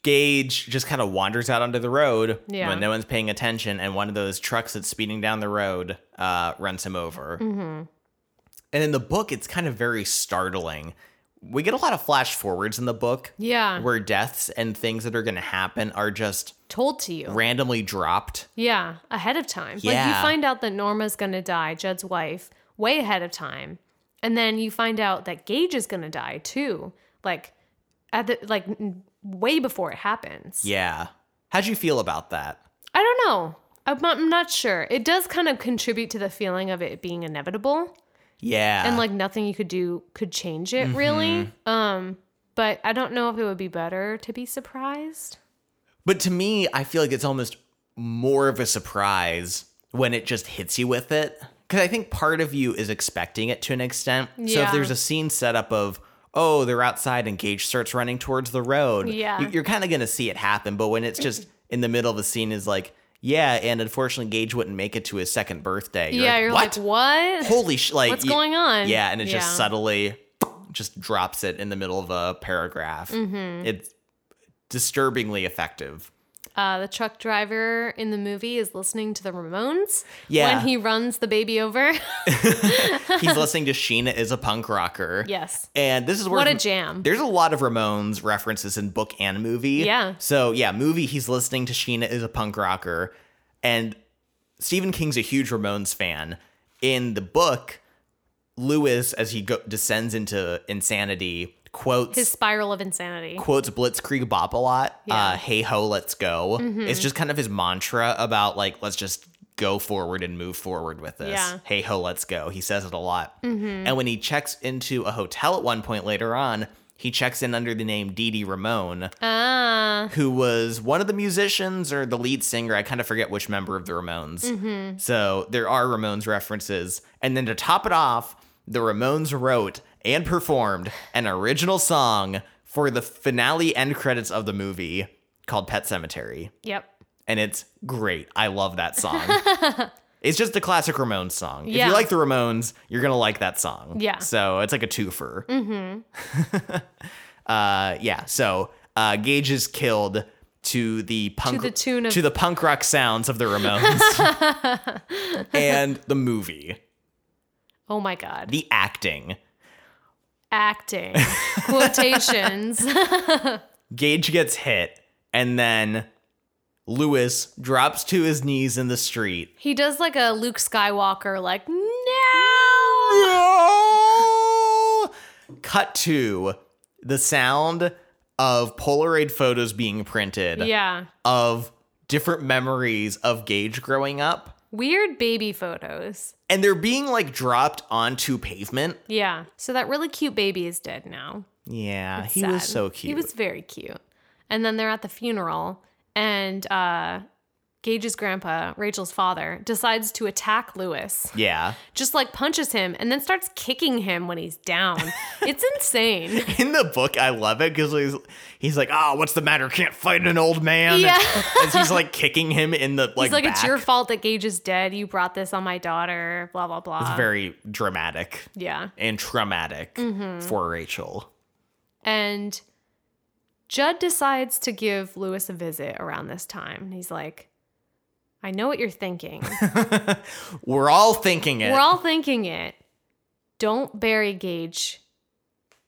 [SPEAKER 1] Gage just kind of wanders out onto the road
[SPEAKER 2] Yeah.
[SPEAKER 1] when no one's paying attention, and one of those trucks that's speeding down the road uh, runs him over.
[SPEAKER 2] Mm-hmm.
[SPEAKER 1] And in the book, it's kind of very startling. We get a lot of flash forwards in the book
[SPEAKER 2] Yeah.
[SPEAKER 1] where deaths and things that are going to happen are just
[SPEAKER 2] Told to you.
[SPEAKER 1] randomly dropped.
[SPEAKER 2] Yeah. Ahead of time. Like you
[SPEAKER 1] Yeah.
[SPEAKER 2] find out that Norma's going to die, Judd's wife, way ahead of time. And then you find out that Gage is going to die too. Like at the like n- way before it happens.
[SPEAKER 1] Yeah. How'd you feel about that?
[SPEAKER 2] I don't know. I'm not, I'm not sure. It does kind of contribute to the feeling of it being inevitable.
[SPEAKER 1] Yeah. Mm-hmm.
[SPEAKER 2] and like nothing you could do could change it really um but i don't know if it would be better to be surprised
[SPEAKER 1] But to me, I feel like it's almost more of a surprise when it just hits you with it. Because I think part of you is expecting it to an extent. So
[SPEAKER 2] Yeah.
[SPEAKER 1] if there's a scene set up of, oh, they're outside and Gage starts running towards the road,
[SPEAKER 2] Yeah.
[SPEAKER 1] you- you're kind of going to see it happen. But when it's just in the middle of the scene, is like, yeah, and unfortunately, Gage wouldn't make it to his second birthday.
[SPEAKER 2] yeah you're
[SPEAKER 1] what?
[SPEAKER 2] like what
[SPEAKER 1] Holy sh! Like,
[SPEAKER 2] what's
[SPEAKER 1] y-
[SPEAKER 2] going on
[SPEAKER 1] Yeah, and it
[SPEAKER 2] Yeah.
[SPEAKER 1] just subtly just drops it in the middle of a paragraph.
[SPEAKER 2] Mm-hmm.
[SPEAKER 1] It's disturbingly effective.
[SPEAKER 2] uh the truck driver in the movie is listening to the ramones
[SPEAKER 1] Yeah.
[SPEAKER 2] when he runs the baby over
[SPEAKER 1] He's listening to Sheena is a punk rocker.
[SPEAKER 2] yes
[SPEAKER 1] And this is where
[SPEAKER 2] what a jam
[SPEAKER 1] There's a lot of Ramones references in book and movie.
[SPEAKER 2] Yeah.
[SPEAKER 1] So yeah, movie he's listening to Sheena is a punk rocker. And Stephen King's a huge Ramones fan. In the book, Lewis, as he go- descends into insanity, quotes
[SPEAKER 2] his spiral of insanity
[SPEAKER 1] quotes Blitzkrieg Bop a lot.
[SPEAKER 2] Yeah. Mm-hmm.
[SPEAKER 1] Uh, hey ho, let's go. It's just kind of his mantra about like, let's just go forward and move forward with this.
[SPEAKER 2] Yeah. Mm-hmm.
[SPEAKER 1] Hey ho, let's go. He says it a lot. And when he checks into a hotel at one point later on, he checks in under the name Dee Dee Ramone,
[SPEAKER 2] ah
[SPEAKER 1] who was one of the musicians or the lead singer. I kind of forget which member of the Ramones. So there are Ramones references. And then to top it off, the Ramones wrote and performed an original song for the finale end credits of the movie called Pet Cemetery.
[SPEAKER 2] yep
[SPEAKER 1] And it's great. I love that song. it's just a classic Ramones song. If
[SPEAKER 2] Yeah.
[SPEAKER 1] you like the Ramones, you're going to like that song.
[SPEAKER 2] Yeah.
[SPEAKER 1] So it's like a twofer. Mm-hmm. uh, yeah. So uh, Gage is killed to the punk
[SPEAKER 2] the tune of-
[SPEAKER 1] to the punk rock sounds of the Ramones and the movie,
[SPEAKER 2] oh my god
[SPEAKER 1] the acting.
[SPEAKER 2] acting quotations
[SPEAKER 1] Gage gets hit, and then Lewis drops to his knees in the street.
[SPEAKER 2] he does like a luke skywalker like no
[SPEAKER 1] Cut to the sound of Polaroid photos being printed
[SPEAKER 2] yeah
[SPEAKER 1] of different memories of Gage growing up.
[SPEAKER 2] Weird baby photos.
[SPEAKER 1] And they're being like dropped onto pavement.
[SPEAKER 2] Yeah. So that really cute baby is dead now.
[SPEAKER 1] Yeah, he
[SPEAKER 2] Sad.
[SPEAKER 1] was so cute.
[SPEAKER 2] He was very cute. And then they're at the funeral, and uh, Gage's grandpa, Rachel's father, decides to attack Lewis.
[SPEAKER 1] yeah.
[SPEAKER 2] Just like punches him and then starts kicking him when he's down. it's insane.
[SPEAKER 1] In the book, I love it because he's, he's like, oh, what's the matter? Can't fight an old man.
[SPEAKER 2] Yeah.
[SPEAKER 1] As he's like kicking him in the like.
[SPEAKER 2] He's like, it's
[SPEAKER 1] back.
[SPEAKER 2] your fault that Gage is dead. You brought this on my daughter. Blah blah blah.
[SPEAKER 1] It's very dramatic
[SPEAKER 2] yeah.
[SPEAKER 1] and traumatic
[SPEAKER 2] Mm-hmm.
[SPEAKER 1] for Rachel.
[SPEAKER 2] And Judd decides to give Lewis a visit around this time. And he's like, I know what you're thinking.
[SPEAKER 1] We're all thinking it.
[SPEAKER 2] We're all thinking it. Don't bury Gage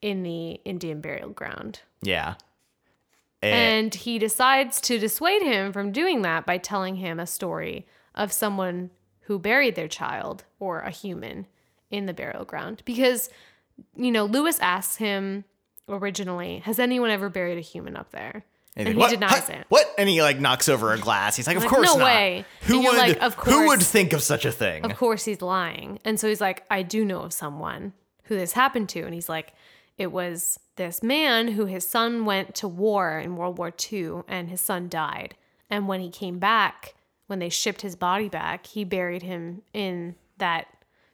[SPEAKER 2] in the Indian burial ground.
[SPEAKER 1] yeah. Eh,
[SPEAKER 2] And he decides to dissuade him from doing that by telling him a story of someone who buried their child or a human in the burial ground. Because, you know, Lewis asks him originally, Has anyone ever buried a human up there?
[SPEAKER 1] and
[SPEAKER 2] And,
[SPEAKER 1] he's
[SPEAKER 2] he
[SPEAKER 1] like, what?
[SPEAKER 2] denies
[SPEAKER 1] Huh?
[SPEAKER 2] it.
[SPEAKER 1] What? And he like knocks over a glass. He's like, of
[SPEAKER 2] Like,
[SPEAKER 1] course
[SPEAKER 2] no
[SPEAKER 1] not.
[SPEAKER 2] way.
[SPEAKER 1] Who
[SPEAKER 2] And you're
[SPEAKER 1] would?
[SPEAKER 2] like, "Of
[SPEAKER 1] Who would
[SPEAKER 2] course."
[SPEAKER 1] think of such a thing?
[SPEAKER 2] Of course he's lying. And so he's like, I do know of someone who this happened to. And he's like, it was this man who his son went to war in World War II and his son died. And when he came back, when they shipped his body back, he buried him in that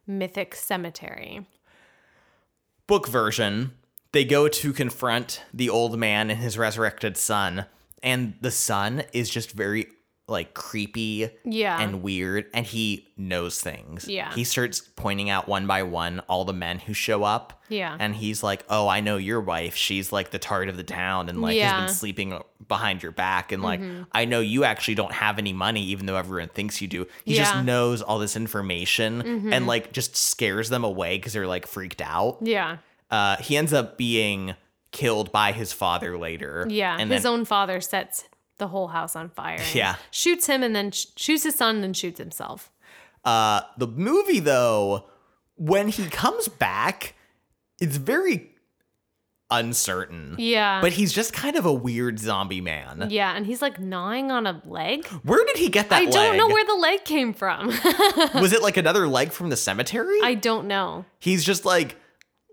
[SPEAKER 2] mythic cemetery.
[SPEAKER 1] book version, they go to confront the old man and his resurrected son, and the son is just very like creepy
[SPEAKER 2] Yeah.
[SPEAKER 1] and weird and he knows things.
[SPEAKER 2] Yeah.
[SPEAKER 1] He starts pointing out one by one all the men who show up.
[SPEAKER 2] Yeah.
[SPEAKER 1] And he's like, "Oh, I know your wife. She's like the target of the town and like
[SPEAKER 2] Yeah. Mm-hmm.
[SPEAKER 1] has been sleeping behind your back and like I know you actually don't have any money even though everyone thinks you do." He
[SPEAKER 2] Yeah. Mm-hmm.
[SPEAKER 1] just knows all this information and like just scares them away cuz they're like freaked out.
[SPEAKER 2] yeah.
[SPEAKER 1] Uh he ends up being killed by his father later.
[SPEAKER 2] Yeah.
[SPEAKER 1] And
[SPEAKER 2] his
[SPEAKER 1] then
[SPEAKER 2] own father sets the whole house on fire. and
[SPEAKER 1] Yeah.
[SPEAKER 2] Shoots him and then sh- shoots his son and then shoots himself.
[SPEAKER 1] Uh, the movie, though, when he comes back, it's very uncertain.
[SPEAKER 2] Yeah.
[SPEAKER 1] But he's just kind of a weird zombie man.
[SPEAKER 2] yeah. And he's like gnawing on a leg.
[SPEAKER 1] Where did he get that
[SPEAKER 2] I
[SPEAKER 1] leg?
[SPEAKER 2] don't know where the leg came from.
[SPEAKER 1] Was it like another leg from the cemetery?
[SPEAKER 2] I don't know.
[SPEAKER 1] he's just like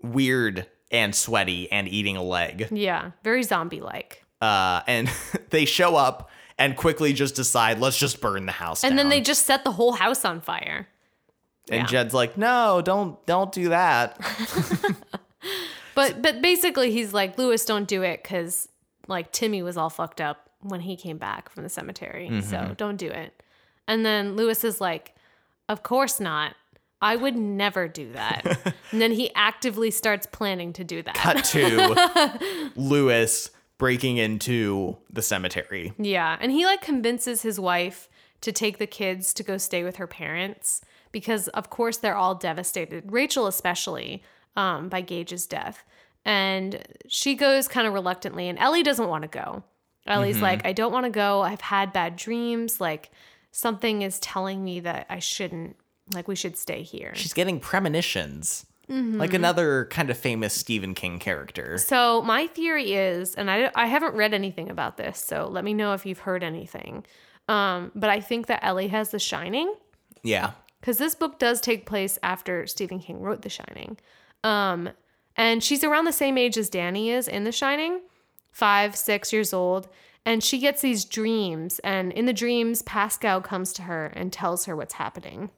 [SPEAKER 1] weird and sweaty and eating a leg.
[SPEAKER 2] Yeah. Very zombie like.
[SPEAKER 1] Uh, and they show up and quickly just decide, let's just burn the house
[SPEAKER 2] And then
[SPEAKER 1] down."
[SPEAKER 2] they just set the whole house on fire.
[SPEAKER 1] and
[SPEAKER 2] yeah.
[SPEAKER 1] Jed's like, no, don't don't do that.
[SPEAKER 2] But but basically he's like, Lewis, don't do it because like Timmy was all fucked up when he came back from the cemetery.
[SPEAKER 1] Mm-hmm.
[SPEAKER 2] So don't do it. And then Lewis is like, Of course not. I would never do that. and then he actively starts planning to do that.
[SPEAKER 1] cut to Lewis breaking into the cemetery.
[SPEAKER 2] Yeah. And he like convinces his wife to take the kids to go stay with her parents because, of course, they're all devastated, Rachel especially, um, by Gage's death. And she goes kind of reluctantly, and Ellie doesn't want to go. Ellie's like, I don't want to go. I've had bad dreams. Like, something is telling me that I shouldn't, like, we should stay here.
[SPEAKER 1] She's getting premonitions,
[SPEAKER 2] Mm-hmm.
[SPEAKER 1] like another kind of famous Stephen King character.
[SPEAKER 2] So my theory is, and I, I haven't read anything about this, so let me know if you've heard anything. Um, but I think that Ellie has The Shining
[SPEAKER 1] Yeah.
[SPEAKER 2] because this book does take place after Stephen King wrote The Shining, um, and she's around the same age as Danny is in The Shining, five six years old, and she gets these dreams, and in the dreams Pascal comes to her and tells her what's happening.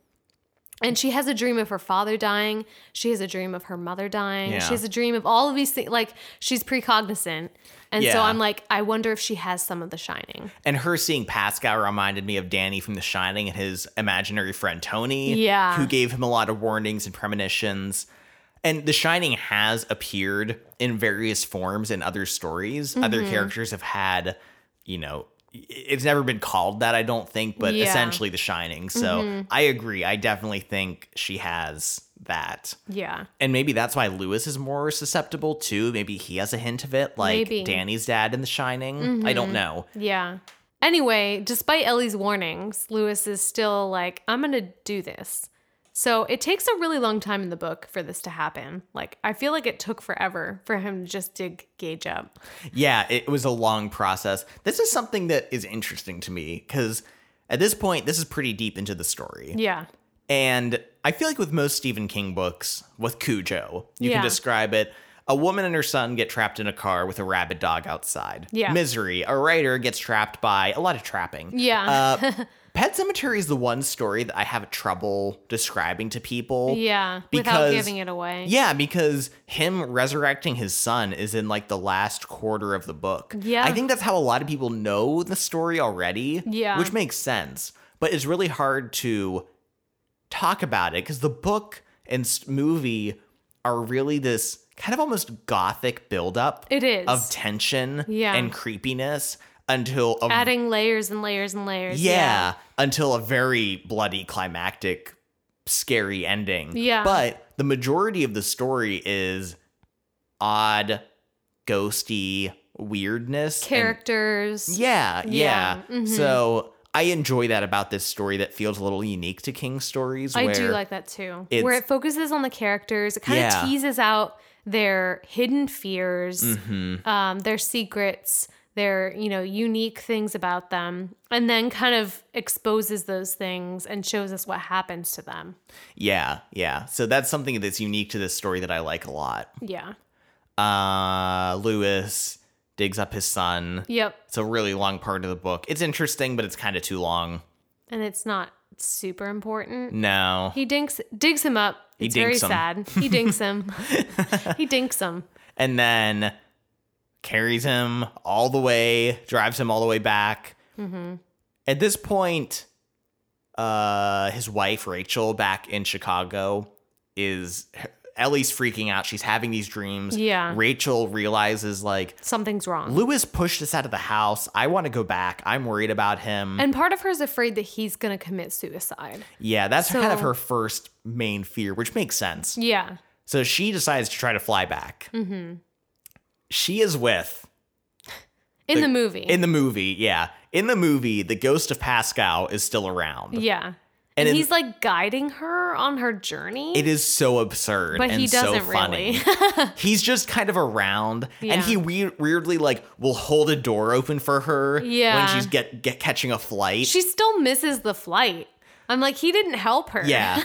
[SPEAKER 2] And she has a dream of her father dying. She has a dream of her mother dying.
[SPEAKER 1] Yeah.
[SPEAKER 2] She has a dream of all of these things. Like she's precognizant. And so
[SPEAKER 1] Yeah.
[SPEAKER 2] I'm like, I wonder if she has some of the shining.
[SPEAKER 1] And her seeing Pascal reminded me of Danny from The Shining and his imaginary friend Tony,
[SPEAKER 2] Yeah.
[SPEAKER 1] who gave him a lot of warnings and premonitions. And The Shining has appeared in various forms in other stories. Other
[SPEAKER 2] Mm-hmm.
[SPEAKER 1] characters have had, you know, i- it's never been called that, I don't think, but
[SPEAKER 2] Yeah. Mm-hmm.
[SPEAKER 1] essentially The Shining. So I agree. I definitely think she has that.
[SPEAKER 2] Yeah.
[SPEAKER 1] And maybe that's why Lewis is more susceptible too. Maybe he has a hint of it, like
[SPEAKER 2] Maybe. Mm-hmm.
[SPEAKER 1] Danny's dad in The Shining. I don't know.
[SPEAKER 2] Yeah. Anyway, despite Ellie's warnings, Lewis is still like, I'm going to do this. So it takes a really long time in the book for this to happen. Like, I feel like it took forever for him to just dig Gage up.
[SPEAKER 1] Yeah, it was a long process. This is something that is interesting to me because at this point, this is pretty deep into the story.
[SPEAKER 2] Yeah.
[SPEAKER 1] And I feel like with most Stephen King books, with Cujo, you
[SPEAKER 2] Yeah.
[SPEAKER 1] can describe it. A woman and her son get trapped in a car with a rabid dog outside.
[SPEAKER 2] Yeah.
[SPEAKER 1] Misery. A writer gets trapped by a lot of trapping.
[SPEAKER 2] Yeah.
[SPEAKER 1] Uh, Pet Cemetery is the one story that I have trouble describing to people.
[SPEAKER 2] yeah. Without
[SPEAKER 1] because-
[SPEAKER 2] giving it away.
[SPEAKER 1] Yeah, because him resurrecting his son is in like the last quarter of the book.
[SPEAKER 2] Yeah.
[SPEAKER 1] I think that's how a lot of people know the story already.
[SPEAKER 2] Yeah.
[SPEAKER 1] Which makes sense. But it's really hard to talk about it because the book and s- movie are really this kind of almost gothic buildup
[SPEAKER 2] It is.
[SPEAKER 1] of tension
[SPEAKER 2] Yeah.
[SPEAKER 1] and creepiness until a
[SPEAKER 2] Adding layers and layers and layers.
[SPEAKER 1] yeah, until a very bloody climactic scary ending
[SPEAKER 2] Yeah.
[SPEAKER 1] but the majority of the story is odd ghosty weirdness and-
[SPEAKER 2] Characters.
[SPEAKER 1] yeah yeah,
[SPEAKER 2] Yeah, mhm.
[SPEAKER 1] so i enjoy that about this story that feels a little unique to king stories
[SPEAKER 2] I
[SPEAKER 1] where
[SPEAKER 2] do like that too.
[SPEAKER 1] it's-
[SPEAKER 2] Where it focuses on the characters, it kind of
[SPEAKER 1] Yeah.
[SPEAKER 2] teases out their hidden fears,
[SPEAKER 1] Mm-hmm.
[SPEAKER 2] um, their secrets, their you know unique things about them, and then kind of exposes those things and shows us what happens to them.
[SPEAKER 1] yeah yeah so that's something that's unique to this story that i like a lot
[SPEAKER 2] Yeah.
[SPEAKER 1] uh lewis digs up his son
[SPEAKER 2] Yep.
[SPEAKER 1] it's a really long part of the book it's interesting but it's kind of too long
[SPEAKER 2] And it's not super important.
[SPEAKER 1] no
[SPEAKER 2] He dinks digs him up. It's
[SPEAKER 1] dinks
[SPEAKER 2] very
[SPEAKER 1] him.
[SPEAKER 2] sad. He dinks him. he dinks him.
[SPEAKER 1] and then
[SPEAKER 2] Mm-hmm.
[SPEAKER 1] carries him all the way, drives him all the way back. At this point, uh, his wife Rachel back in Chicago is Ellie's freaking out. She's having these dreams.
[SPEAKER 2] Yeah.
[SPEAKER 1] Rachel realizes like
[SPEAKER 2] Something's wrong.
[SPEAKER 1] Lewis pushed us out of the house. I want to go back. I'm worried about him.
[SPEAKER 2] and part of her is afraid that he's going to commit suicide.
[SPEAKER 1] yeah, that's kind of
[SPEAKER 2] So-
[SPEAKER 1] her first main fear, which makes sense.
[SPEAKER 2] Yeah.
[SPEAKER 1] So she decides to try to fly back. Mm-hmm. She is with
[SPEAKER 2] In the, movie.
[SPEAKER 1] in the movie. Yeah, in the movie, the ghost of Pascal is still around.
[SPEAKER 2] yeah.
[SPEAKER 1] And
[SPEAKER 2] And,
[SPEAKER 1] in-
[SPEAKER 2] he's like guiding her on her journey.
[SPEAKER 1] It is so absurd
[SPEAKER 2] but
[SPEAKER 1] and
[SPEAKER 2] he doesn't
[SPEAKER 1] so funny.
[SPEAKER 2] really.
[SPEAKER 1] He's just kind of around,
[SPEAKER 2] Yeah.
[SPEAKER 1] and he we- weirdly like will hold a door open for her
[SPEAKER 2] Yeah.
[SPEAKER 1] when she's get, get catching a flight.
[SPEAKER 2] she still misses the flight. I'm like, he didn't help her.
[SPEAKER 1] Yeah.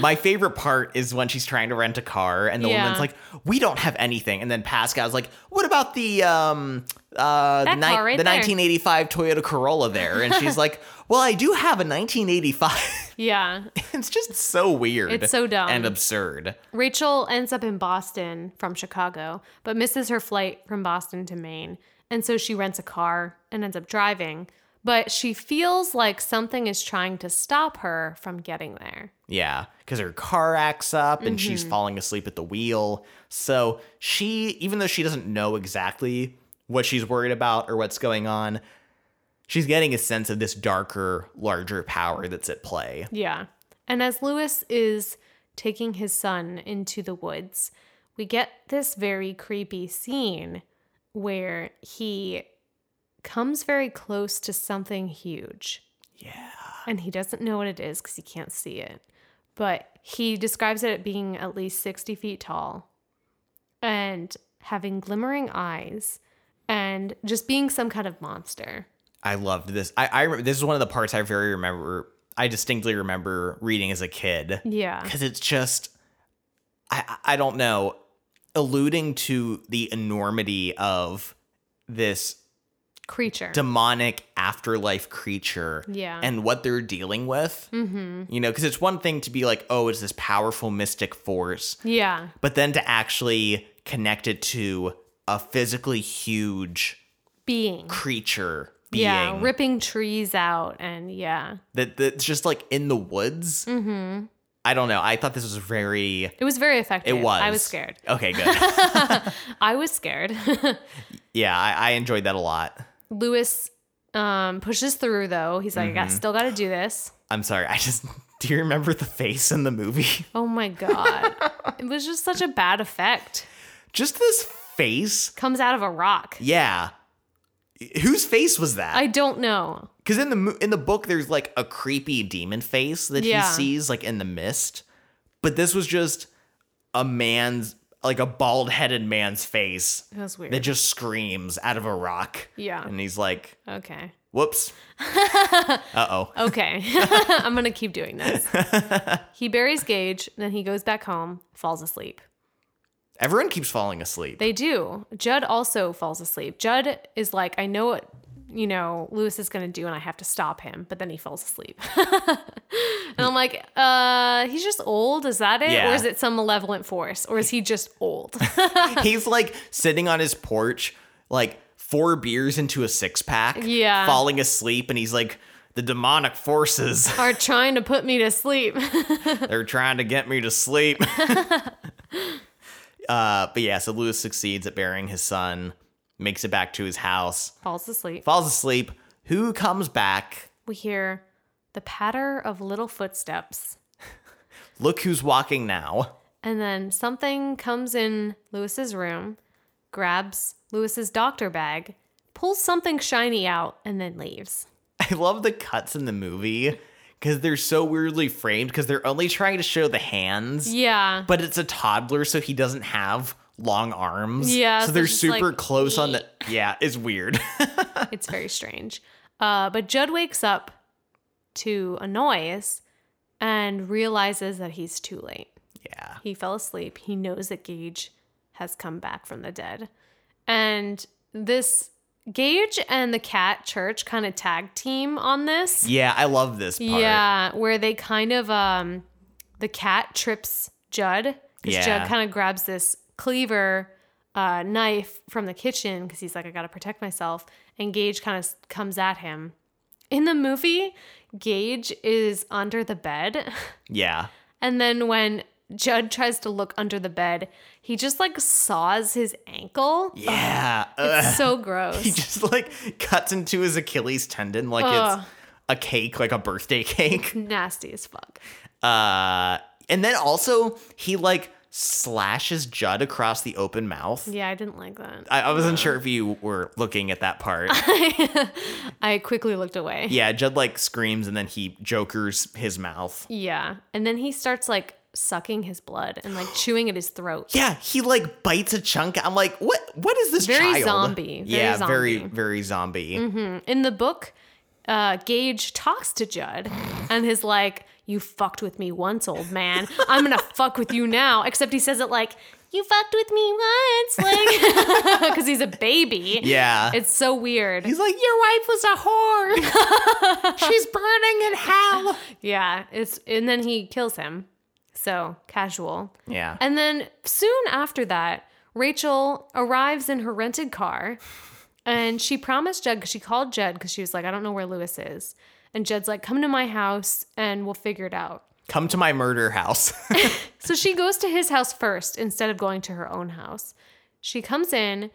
[SPEAKER 1] My favorite part is when she's trying to rent a car and the
[SPEAKER 2] Yeah.
[SPEAKER 1] woman's like, "We don't have anything." And then Pascal's like, "What about the um uh the,
[SPEAKER 2] That car right
[SPEAKER 1] the
[SPEAKER 2] there."
[SPEAKER 1] 1985 Toyota Corolla there?" And she's like, "Well, I do have a 1985."
[SPEAKER 2] Yeah.
[SPEAKER 1] it's just so weird.
[SPEAKER 2] It's so dumb.
[SPEAKER 1] and uh, absurd.
[SPEAKER 2] Rachel ends up in Boston from Chicago, but misses her flight from Boston to Maine. And so she rents a car and ends up driving. But she feels like something is trying to stop her from getting there.
[SPEAKER 1] Yeah, because her car acts up and she's
[SPEAKER 2] Mm-hmm.
[SPEAKER 1] falling asleep at the wheel. So she, even though she doesn't know exactly what she's worried about or what's going on, she's getting a sense of this darker, larger power that's at play.
[SPEAKER 2] Yeah. And as Lewis is taking his son into the woods, we get this very creepy scene where he comes very close to something huge.
[SPEAKER 1] Yeah.
[SPEAKER 2] and he doesn't know what it is because he can't see it. But he describes it at being at least 60 feet tall and having glimmering eyes and just being some kind of monster.
[SPEAKER 1] I loved this. I, I remember, this is one of the parts I very remember, I distinctly remember reading as a kid.
[SPEAKER 2] Yeah.
[SPEAKER 1] because it's just I I I don't know alluding to the enormity of this
[SPEAKER 2] Creature.
[SPEAKER 1] demonic afterlife creature
[SPEAKER 2] Yeah.
[SPEAKER 1] and what they're dealing with
[SPEAKER 2] mm-hmm.
[SPEAKER 1] you know because it's one thing to be like oh it's this powerful mystic force
[SPEAKER 2] Yeah.
[SPEAKER 1] but then to actually connect it to a physically huge
[SPEAKER 2] Being.
[SPEAKER 1] creature being
[SPEAKER 2] Yeah. Ripping trees out and yeah.
[SPEAKER 1] that that's just like in the woods
[SPEAKER 2] Mm-hmm.
[SPEAKER 1] i don't know i thought this was very
[SPEAKER 2] It was very effective.
[SPEAKER 1] it was
[SPEAKER 2] I was scared.
[SPEAKER 1] okay good
[SPEAKER 2] I was scared.
[SPEAKER 1] yeah I, I enjoyed that a lot
[SPEAKER 2] Lewis um, pushes through though. He's like, I
[SPEAKER 1] Mm-hmm.
[SPEAKER 2] got, still got to do this.
[SPEAKER 1] I'm sorry. I just do you remember the face in the movie?
[SPEAKER 2] Oh my God. it was just such a bad effect.
[SPEAKER 1] Just this face?
[SPEAKER 2] comes out of a rock.
[SPEAKER 1] Yeah. Whose face was that?
[SPEAKER 2] I don't know.
[SPEAKER 1] Because in the mo- in the book, there's like a creepy demon face that
[SPEAKER 2] Yeah.
[SPEAKER 1] he sees like in the mist, but this was just a man's like a bald headed man's face
[SPEAKER 2] That was weird.
[SPEAKER 1] that just screams out of a rock,
[SPEAKER 2] yeah.
[SPEAKER 1] and he's like,
[SPEAKER 2] Okay.
[SPEAKER 1] "Whoops." uh oh.
[SPEAKER 2] Okay. I'm going to keep doing this. he buries Gage, then he goes back home, falls asleep.
[SPEAKER 1] Everyone keeps falling asleep.
[SPEAKER 2] They do. Judd also falls asleep. Judd is like, I know what, you know, Lewis is going to do and I have to stop him, but then he falls asleep. and I'm like, uh, he's just old. Is that it?
[SPEAKER 1] Yeah.
[SPEAKER 2] Or is it some malevolent force? Or is he just old?
[SPEAKER 1] He's like sitting on his porch, like four beers into a six pack,
[SPEAKER 2] Yeah.
[SPEAKER 1] falling asleep, and he's like, "The demonic forces
[SPEAKER 2] Are trying to put me to sleep.
[SPEAKER 1] they're trying to get me to sleep." uh, but yeah, so Lewis succeeds at burying his son, makes it back to his house,
[SPEAKER 2] falls asleep.
[SPEAKER 1] falls asleep. Who comes back?
[SPEAKER 2] we hear the patter of little footsteps
[SPEAKER 1] Look who's walking now.
[SPEAKER 2] and then something comes in lewis's room grabs lewis's doctor bag pulls something shiny out and then leaves
[SPEAKER 1] I love the cuts in the movie because they're so weirdly framed because they're only trying to show the hands.
[SPEAKER 2] yeah
[SPEAKER 1] but it's a toddler, so he doesn't have long arms.
[SPEAKER 2] Yeah,
[SPEAKER 1] So
[SPEAKER 2] so
[SPEAKER 1] they're
[SPEAKER 2] just
[SPEAKER 1] super
[SPEAKER 2] like,
[SPEAKER 1] close on the. Yeah, it's weird.
[SPEAKER 2] it's very strange uh, but judd wakes up to a noise and realizes that he's too late
[SPEAKER 1] yeah.
[SPEAKER 2] He fell asleep. He knows that Gage has come back from the dead. And this Gage and the cat church kind of tag team on this.
[SPEAKER 1] Yeah, I love this part.
[SPEAKER 2] Yeah, where they kind of um the cat trips Judd because
[SPEAKER 1] Yeah.
[SPEAKER 2] Judd kind of grabs this cleaver uh, knife from the kitchen because he's like, I gotta protect myself. And Gage kind of comes at him In the movie, Gage is under the bed.
[SPEAKER 1] Yeah.
[SPEAKER 2] And then when Judd tries to look under the bed, he just like saws his ankle.
[SPEAKER 1] Yeah. Ugh.
[SPEAKER 2] It's so gross.
[SPEAKER 1] He just like cuts into his Achilles tendon like
[SPEAKER 2] Ugh.
[SPEAKER 1] it's a cake, like a birthday cake.
[SPEAKER 2] Nasty as fuck.
[SPEAKER 1] Uh and then also he like slashes Judd across the open mouth.
[SPEAKER 2] Yeah, I didn't like that.
[SPEAKER 1] I, I wasn't sure if you were looking at that part.
[SPEAKER 2] I quickly looked away.
[SPEAKER 1] yeah, Judd like screams and then he jokers his mouth.
[SPEAKER 2] Yeah. And then he starts like sucking his blood and like chewing at his throat.
[SPEAKER 1] Yeah, he like bites a chunk. I'm like, what? What is this?
[SPEAKER 2] Very
[SPEAKER 1] child?
[SPEAKER 2] zombie, very
[SPEAKER 1] yeah, very
[SPEAKER 2] zombie. Mm-hmm.
[SPEAKER 1] very zombie.
[SPEAKER 2] In the book, uh, Gage talks to Judd and is like, You fucked with me once, old man. I'm going to fuck with you now. Except he says it like, You fucked with me once. Like, because he's a baby.
[SPEAKER 1] Yeah,
[SPEAKER 2] It's so weird.
[SPEAKER 1] he's like, your wife was a whore. She's burning in hell.
[SPEAKER 2] yeah. It's And then he kills him. So casual.
[SPEAKER 1] Yeah,
[SPEAKER 2] And then soon after that, Rachel arrives in her rented car and she promised Judd because she called Judd because she was like, I don't know where Lewis is. And Judd's like, come to my house and we'll figure it out.
[SPEAKER 1] come to my murder house.
[SPEAKER 2] So she goes to his house first instead of going to her own house. She comes in.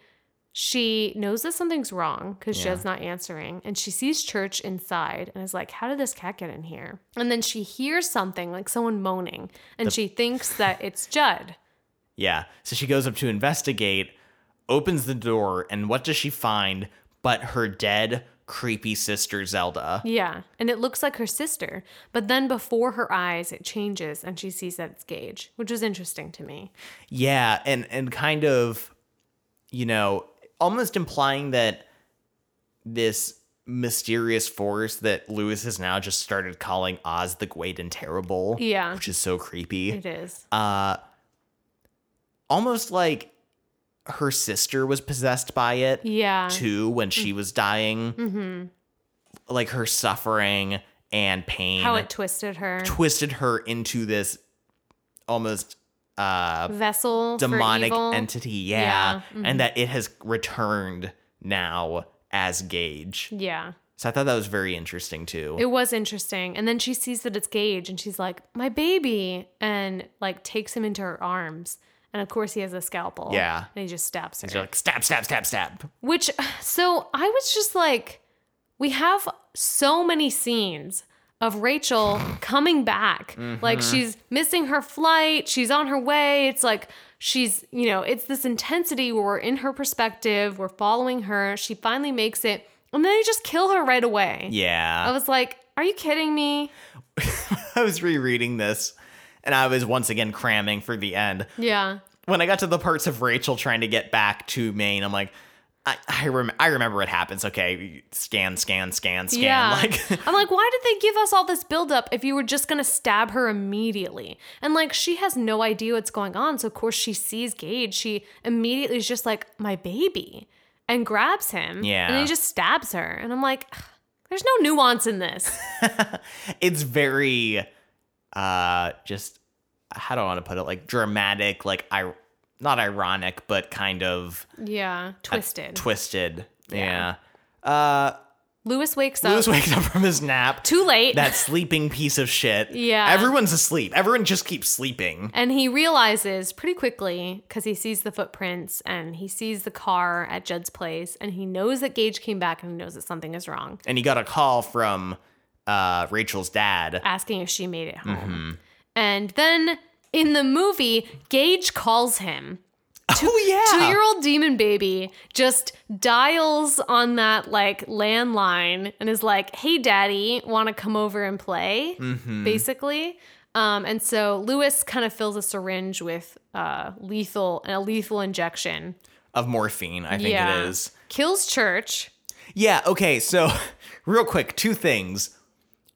[SPEAKER 2] She knows that something's wrong because Jed's not answering. And she sees Church inside and is like, How did this cat get in here? And then she hears something like someone moaning and she thinks that it's Judd.
[SPEAKER 1] yeah, so she goes up to investigate, opens the door, and what does she find? But her dead, creepy sister Zelda.
[SPEAKER 2] Yeah. And it looks like her sister. But then before her eyes, it changes and she sees that it's Gage, which was interesting to me.
[SPEAKER 1] Yeah, and and kind of, you know, almost implying that this mysterious force that Lewis has now just started calling Oz the Great and Terrible.
[SPEAKER 2] Yeah.
[SPEAKER 1] Which is so creepy.
[SPEAKER 2] It is.
[SPEAKER 1] Uh almost like her sister was possessed by it
[SPEAKER 2] Yeah. Mm. Mm-hmm.
[SPEAKER 1] too when she was dying. Like her suffering and pain
[SPEAKER 2] How it twisted her.
[SPEAKER 1] twisted her into this almost uh
[SPEAKER 2] Vessel. for
[SPEAKER 1] demonic
[SPEAKER 2] evil.
[SPEAKER 1] entity, yeah,
[SPEAKER 2] Yeah, mm-hmm.
[SPEAKER 1] and that it has returned now as Gage.
[SPEAKER 2] Yeah.
[SPEAKER 1] So I thought that was very interesting too.
[SPEAKER 2] It was interesting. And then she sees that it's Gage and she's like, my baby. And like takes him into her arms. And of course, he has a scalpel.
[SPEAKER 1] Yeah.
[SPEAKER 2] And he just stabs her.
[SPEAKER 1] You're like stab, stab, stab, stab.
[SPEAKER 2] Which, so I was just like, we have so many scenes of Rachel coming back. Like she's missing her flight, she's on her way. It's like she's, you know, it's this intensity where we're in her perspective, we're following her. She finally makes it, and then they just kill her right away. I
[SPEAKER 1] Yeah,
[SPEAKER 2] was like, are you kidding me? Oh,
[SPEAKER 1] I was rereading this, and I was once again cramming for the end.
[SPEAKER 2] Yeah.
[SPEAKER 1] When I got to the parts of Rachel trying to get back to Maine, I'm like. I, I, rem- I remember it happens. Okay, scan, scan, scan, scan.
[SPEAKER 2] Yeah.
[SPEAKER 1] Like,
[SPEAKER 2] I'm like, why did they give us all this buildup if you were just gonna stab her immediately? And like, she has no idea what's going on. So, of course, she sees Gage. She immediately is just like, my baby, and grabs him.
[SPEAKER 1] Yeah.
[SPEAKER 2] And he just stabs her. And I'm like, "Ugh, there's no nuance in this.
[SPEAKER 1] it's very uh just how do I want to put it like dramatic like I not ironic but kind of
[SPEAKER 2] yeah. Twisted.
[SPEAKER 1] twisted yeah, uh
[SPEAKER 2] Lewis wakes up
[SPEAKER 1] Lewis wakes up from his nap
[SPEAKER 2] too late.
[SPEAKER 1] that sleeping piece of shit
[SPEAKER 2] Yeah.
[SPEAKER 1] everyone's asleep everyone just keeps sleeping
[SPEAKER 2] And he realizes pretty quickly because he sees the footprints and he sees the car at Judd's place and he knows that Gage came back and he knows that something is wrong,
[SPEAKER 1] and he got a call from uh Rachel's dad
[SPEAKER 2] asking if she made it home.
[SPEAKER 1] Mm-hmm.
[SPEAKER 2] And then in the movie, Gage calls him.
[SPEAKER 1] oh yeah
[SPEAKER 2] Two year old demon baby just dials on that like landline and is like, hey, daddy, want to come over and play?
[SPEAKER 1] Mm-hmm.
[SPEAKER 2] Basically. Um, and so Lewis kind of fills a syringe with uh, lethal a lethal injection
[SPEAKER 1] of morphine I think it is
[SPEAKER 2] Kills Church.
[SPEAKER 1] Yeah, okay, so real quick, two things.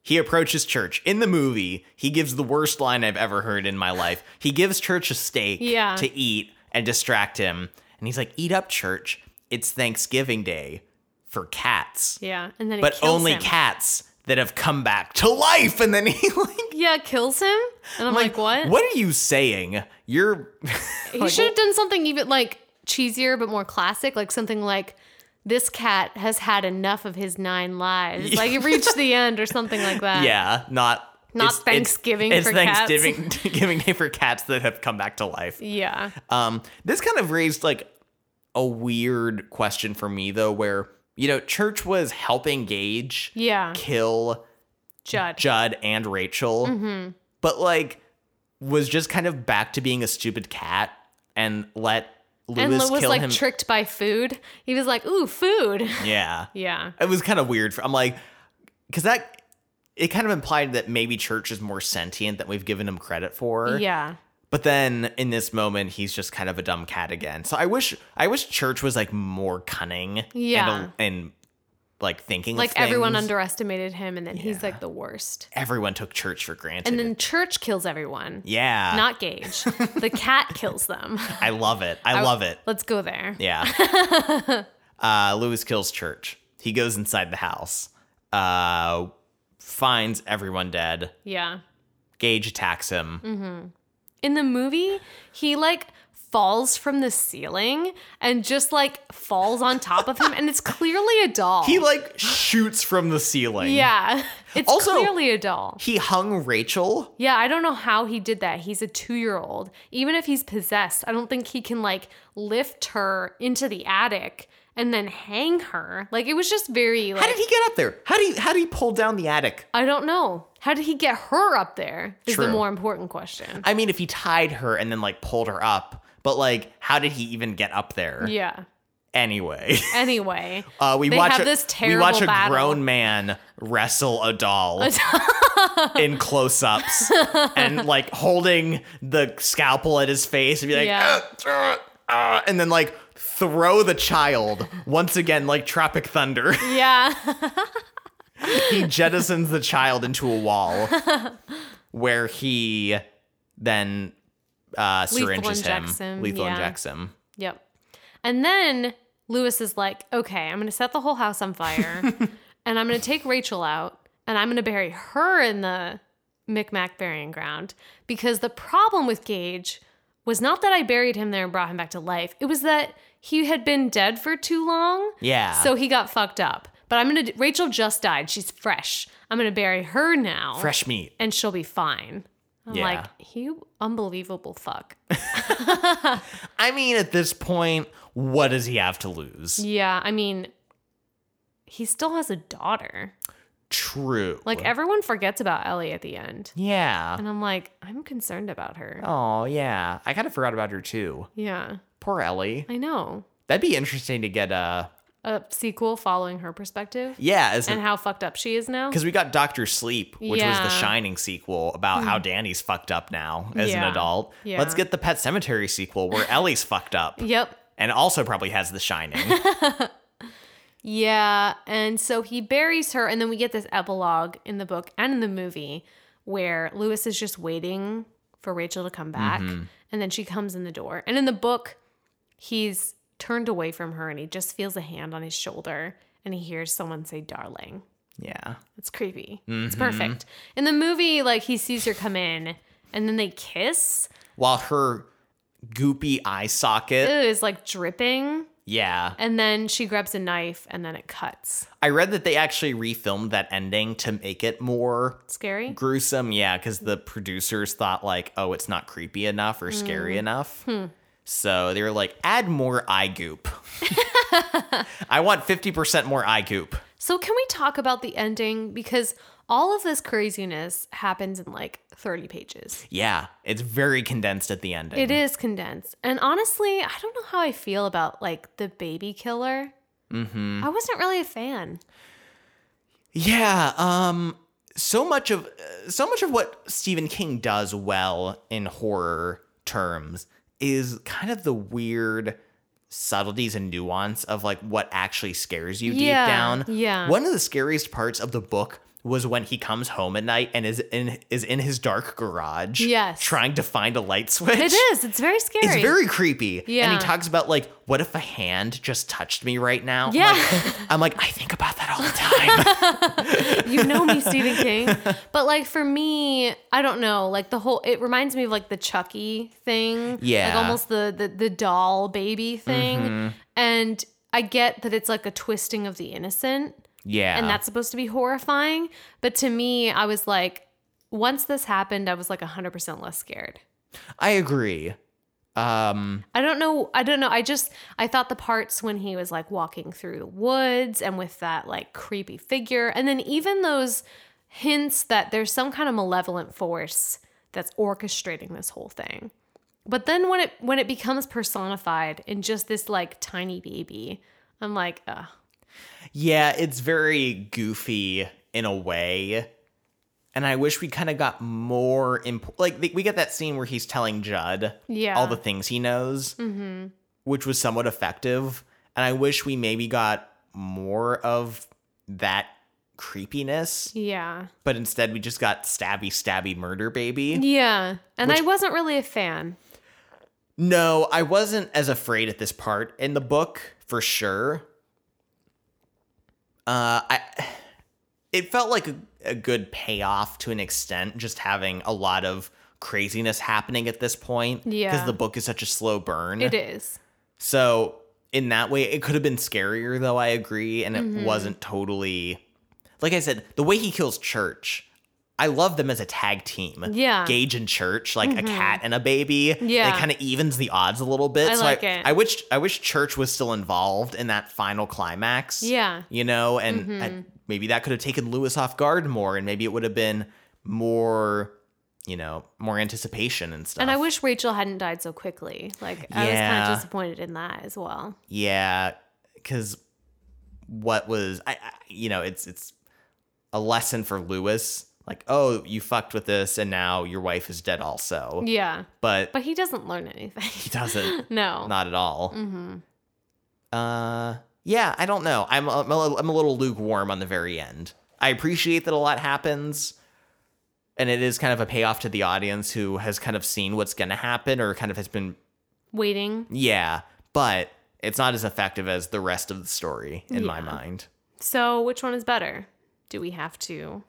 [SPEAKER 1] He approaches Church. In the movie, he gives the worst line I've ever heard in my life. He gives Church a steak
[SPEAKER 2] Yeah.
[SPEAKER 1] to eat and distract him. And he's like, Eat up, Church. It's Thanksgiving Day for cats,
[SPEAKER 2] Yeah. And then he
[SPEAKER 1] but
[SPEAKER 2] kills
[SPEAKER 1] only
[SPEAKER 2] him.
[SPEAKER 1] cats that have come back to life. And then he, like,
[SPEAKER 2] Yeah, kills him. And I'm like, what?
[SPEAKER 1] What are you saying? You're.
[SPEAKER 2] He should have done something even like cheesier but more classic, like something like this cat has had enough of his nine lives. Like it reached the end or something like that.
[SPEAKER 1] yeah, not
[SPEAKER 2] Not Thanksgiving
[SPEAKER 1] It's,
[SPEAKER 2] for cats.
[SPEAKER 1] Thanksgiving giving day for cats that have come back to life.
[SPEAKER 2] Yeah.
[SPEAKER 1] Um, this kind of raised like a weird question for me though, where you know church was helping Gage
[SPEAKER 2] Yeah.
[SPEAKER 1] kill
[SPEAKER 2] Judd.
[SPEAKER 1] Judd and Rachel,
[SPEAKER 2] Mm-hmm.
[SPEAKER 1] but like was just kind of back to being a stupid cat and let Lewis
[SPEAKER 2] and Lewis was
[SPEAKER 1] kill
[SPEAKER 2] like
[SPEAKER 1] him.
[SPEAKER 2] tricked by food. He was like, ooh, food.
[SPEAKER 1] yeah,
[SPEAKER 2] Yeah.
[SPEAKER 1] it was kind of weird. For, I'm like, because that it kind of implied that maybe church is more sentient than we've given him credit for.
[SPEAKER 2] Yeah.
[SPEAKER 1] But then in this moment, he's just kind of a dumb cat again. So I wish I wish Church was like more cunning.
[SPEAKER 2] Yeah.
[SPEAKER 1] And, and like thinking of
[SPEAKER 2] Like everyone
[SPEAKER 1] things.
[SPEAKER 2] underestimated him and then he's like the worst.
[SPEAKER 1] everyone took Church for granted.
[SPEAKER 2] And then church kills everyone.
[SPEAKER 1] yeah,
[SPEAKER 2] Not Gage. the cat kills them.
[SPEAKER 1] I love it. I, love it.
[SPEAKER 2] Let's go there.
[SPEAKER 1] Yeah. uh, Lewis kills Church. He goes inside the house, uh, finds everyone dead.
[SPEAKER 2] Yeah.
[SPEAKER 1] Gage attacks him.
[SPEAKER 2] Mm-hmm. In the movie, he like falls from the ceiling and just like falls on top of him and it's clearly a doll.
[SPEAKER 1] He like shoots from the ceiling.
[SPEAKER 2] yeah. It's
[SPEAKER 1] Also-
[SPEAKER 2] clearly a doll.
[SPEAKER 1] He hung Rachel.
[SPEAKER 2] Yeah, I don't know how he did that. He's a 2-year-old. Even if he's possessed, I don't think he can like lift her into the attic and then hang her. Like it was just very like
[SPEAKER 1] How did he get up there? How do you, how do you pull down the attic?
[SPEAKER 2] I don't know. How did he get her up there? Is
[SPEAKER 1] True.
[SPEAKER 2] the more important question.
[SPEAKER 1] I mean, if he tied her and then like pulled her up, but like, how did he even get up there?
[SPEAKER 2] yeah.
[SPEAKER 1] Anyway,
[SPEAKER 2] Anyway,
[SPEAKER 1] uh, we
[SPEAKER 2] They
[SPEAKER 1] watch
[SPEAKER 2] have
[SPEAKER 1] a,
[SPEAKER 2] this
[SPEAKER 1] we watch
[SPEAKER 2] terrible
[SPEAKER 1] a
[SPEAKER 2] battle.
[SPEAKER 1] grown man wrestle a doll in close-ups and like holding the scalpel at his face and be like,
[SPEAKER 2] Yeah.
[SPEAKER 1] "Ah, ah, ah," and then like throw the child once again like Tropic Thunder.
[SPEAKER 2] yeah.
[SPEAKER 1] he jettisons the child into a wall where he then uh,
[SPEAKER 2] Lethal
[SPEAKER 1] syringes him,
[SPEAKER 2] injects him,
[SPEAKER 1] lethal
[SPEAKER 2] yeah.
[SPEAKER 1] injects him.
[SPEAKER 2] Yep. And then Lewis is like, okay, I'm going to set the whole house on fire and I'm going to take Rachel out and I'm going to bury her in the Micmac burying ground because the problem with Gage was not that I buried him there and brought him back to life. It was that he had been dead for too long.
[SPEAKER 1] Yeah.
[SPEAKER 2] So he got fucked up. But I'm going to, Rachel just died. She's fresh. I'm going to bury her now
[SPEAKER 1] fresh meat.
[SPEAKER 2] and she'll be fine. I'm
[SPEAKER 1] Yeah.
[SPEAKER 2] like, you unbelievable fuck.
[SPEAKER 1] I mean, at this point, what does he have to lose?
[SPEAKER 2] Yeah, I mean, he still has a daughter.
[SPEAKER 1] True.
[SPEAKER 2] Like everyone forgets about Ellie at the end.
[SPEAKER 1] yeah.
[SPEAKER 2] And I'm like, I'm concerned about her.
[SPEAKER 1] Oh yeah, I kind of forgot about her too.
[SPEAKER 2] Yeah,
[SPEAKER 1] Poor Ellie.
[SPEAKER 2] I know.
[SPEAKER 1] That'd be interesting to get uh
[SPEAKER 2] A sequel following her perspective
[SPEAKER 1] yeah, as
[SPEAKER 2] and how fucked up she is now.
[SPEAKER 1] because we got Doctor Sleep, which was the
[SPEAKER 2] Yeah. Mm.
[SPEAKER 1] Shining sequel about how Danny's fucked up now as an
[SPEAKER 2] Yeah.
[SPEAKER 1] adult.
[SPEAKER 2] Yeah.
[SPEAKER 1] Let's get the Pet Cemetery sequel where Ellie's fucked up.
[SPEAKER 2] Yep.
[SPEAKER 1] and also probably has The Shining.
[SPEAKER 2] Yeah. And so he buries her, and then we get this epilogue in the book and in the movie where Lewis is just waiting for Rachel to come back. And then she comes in the door. And in the book, he's turned away from her and he just feels a hand on his shoulder and he hears someone say, darling.
[SPEAKER 1] yeah.
[SPEAKER 2] It's creepy. It's perfect. In the movie, like he sees her come in and then they kiss.
[SPEAKER 1] While her goopy eye socket.
[SPEAKER 2] It is like dripping.
[SPEAKER 1] Yeah.
[SPEAKER 2] And then she grabs a knife and then it cuts.
[SPEAKER 1] I read that they actually refilmed that ending to make it more
[SPEAKER 2] Scary.
[SPEAKER 1] gruesome. Yeah, because the producers thought, like, oh, it's not creepy enough or scary enough. So they were like, add more eye goop. I want 50% more eye goop.
[SPEAKER 2] So can we talk about the ending because all of this craziness happens in like 30 pages.
[SPEAKER 1] Yeah, it's very condensed at the ending.
[SPEAKER 2] It is condensed. And honestly, I don't know how I feel about like the baby killer. Mm-hmm. I wasn't really a fan.
[SPEAKER 1] Yeah, um so much of uh, so much of what Stephen King does well in horror terms is kind of the weird subtleties and nuance of like what actually scares you
[SPEAKER 2] Yeah,
[SPEAKER 1] deep down.
[SPEAKER 2] yeah.
[SPEAKER 1] One of the scariest parts of the book was when he comes home at night and is in is in his dark garage
[SPEAKER 2] Yes.
[SPEAKER 1] trying to find a light switch.
[SPEAKER 2] It is. It's very scary.
[SPEAKER 1] It's very creepy. And
[SPEAKER 2] Yeah.
[SPEAKER 1] he talks about like, what if a hand just touched me right now? I'm
[SPEAKER 2] Yeah.
[SPEAKER 1] like- I'm like, I think about that all the time.
[SPEAKER 2] you know me, Stephen King. But like for me, I don't know. Like the whole, it reminds me of like the Chucky thing.
[SPEAKER 1] Yeah. Mm-hmm.
[SPEAKER 2] Like almost the the, the doll baby thing. And I get that it's like a twisting of the innocent
[SPEAKER 1] Yeah.
[SPEAKER 2] and that's supposed to be horrifying, but to me I was like once this happened I was like 100% less scared.
[SPEAKER 1] I agree. Um
[SPEAKER 2] I don't know. I don't know. I just I thought the parts when he was like walking through the woods and with that like creepy figure, and then even those hints that there's some kind of malevolent force that's orchestrating this whole thing. But then when it when it becomes personified in just this like tiny baby, I'm like, uh,
[SPEAKER 1] yeah, it's very goofy in a way. And I wish we kind of got more imp- like th- we get that scene where he's telling Judd
[SPEAKER 2] yeah,
[SPEAKER 1] all the things he knows,
[SPEAKER 2] Mhm.
[SPEAKER 1] which was somewhat effective. And I wish we maybe got more of that creepiness,
[SPEAKER 2] yeah,
[SPEAKER 1] but instead we just got stabby stabby murder baby.
[SPEAKER 2] yeah. And I wasn't really a fan.
[SPEAKER 1] No, I wasn't as afraid at this part in the book for sure. Uh, I it felt like a, a good payoff to an extent, just having a lot of craziness happening at this point.
[SPEAKER 2] Yeah.
[SPEAKER 1] because the book is such a slow burn.
[SPEAKER 2] It is,
[SPEAKER 1] So in that way, it could have been scarier, though. I agree, and it
[SPEAKER 2] Mm-hmm.
[SPEAKER 1] wasn't totally. Like I said, the way he kills Church, I love them as a tag team.
[SPEAKER 2] Yeah.
[SPEAKER 1] Gage and Church, like a cat and a baby.
[SPEAKER 2] Ah. Mm-hmm. Yeah.
[SPEAKER 1] it kind of evens the odds a little bit.
[SPEAKER 2] I
[SPEAKER 1] so
[SPEAKER 2] like
[SPEAKER 1] I,
[SPEAKER 2] it.
[SPEAKER 1] I wish I wish Church was still involved in that final climax.
[SPEAKER 2] yeah, Mm-hmm.
[SPEAKER 1] you know, and I- maybe that could have taken Lewis off guard more, and maybe it would have been more, you know, more anticipation and stuff.
[SPEAKER 2] and I wish Rachel hadn't died so quickly. Like I was kind
[SPEAKER 1] Yeah.
[SPEAKER 2] of disappointed in that as well.
[SPEAKER 1] Yeah, because what was I, I? You know, it's it's a lesson for Lewis. Like, oh, you fucked with this, and now your wife is dead, also.
[SPEAKER 2] Yeah,
[SPEAKER 1] But
[SPEAKER 2] but he doesn't learn anything.
[SPEAKER 1] he doesn't.
[SPEAKER 2] no.
[SPEAKER 1] Not at all.
[SPEAKER 2] mm-hmm.
[SPEAKER 1] Uh, yeah, I don't know. I'm I'm a, little- I'm a little lukewarm on the very end. I appreciate that a lot happens, and it is kind of a payoff to the audience who has kind of seen what's going to happen or kind of has been
[SPEAKER 2] Waiting.
[SPEAKER 1] yeah, but it's not as effective as the rest of the story in my
[SPEAKER 2] Yeah.
[SPEAKER 1] mind.
[SPEAKER 2] So, which one is better? Do we have to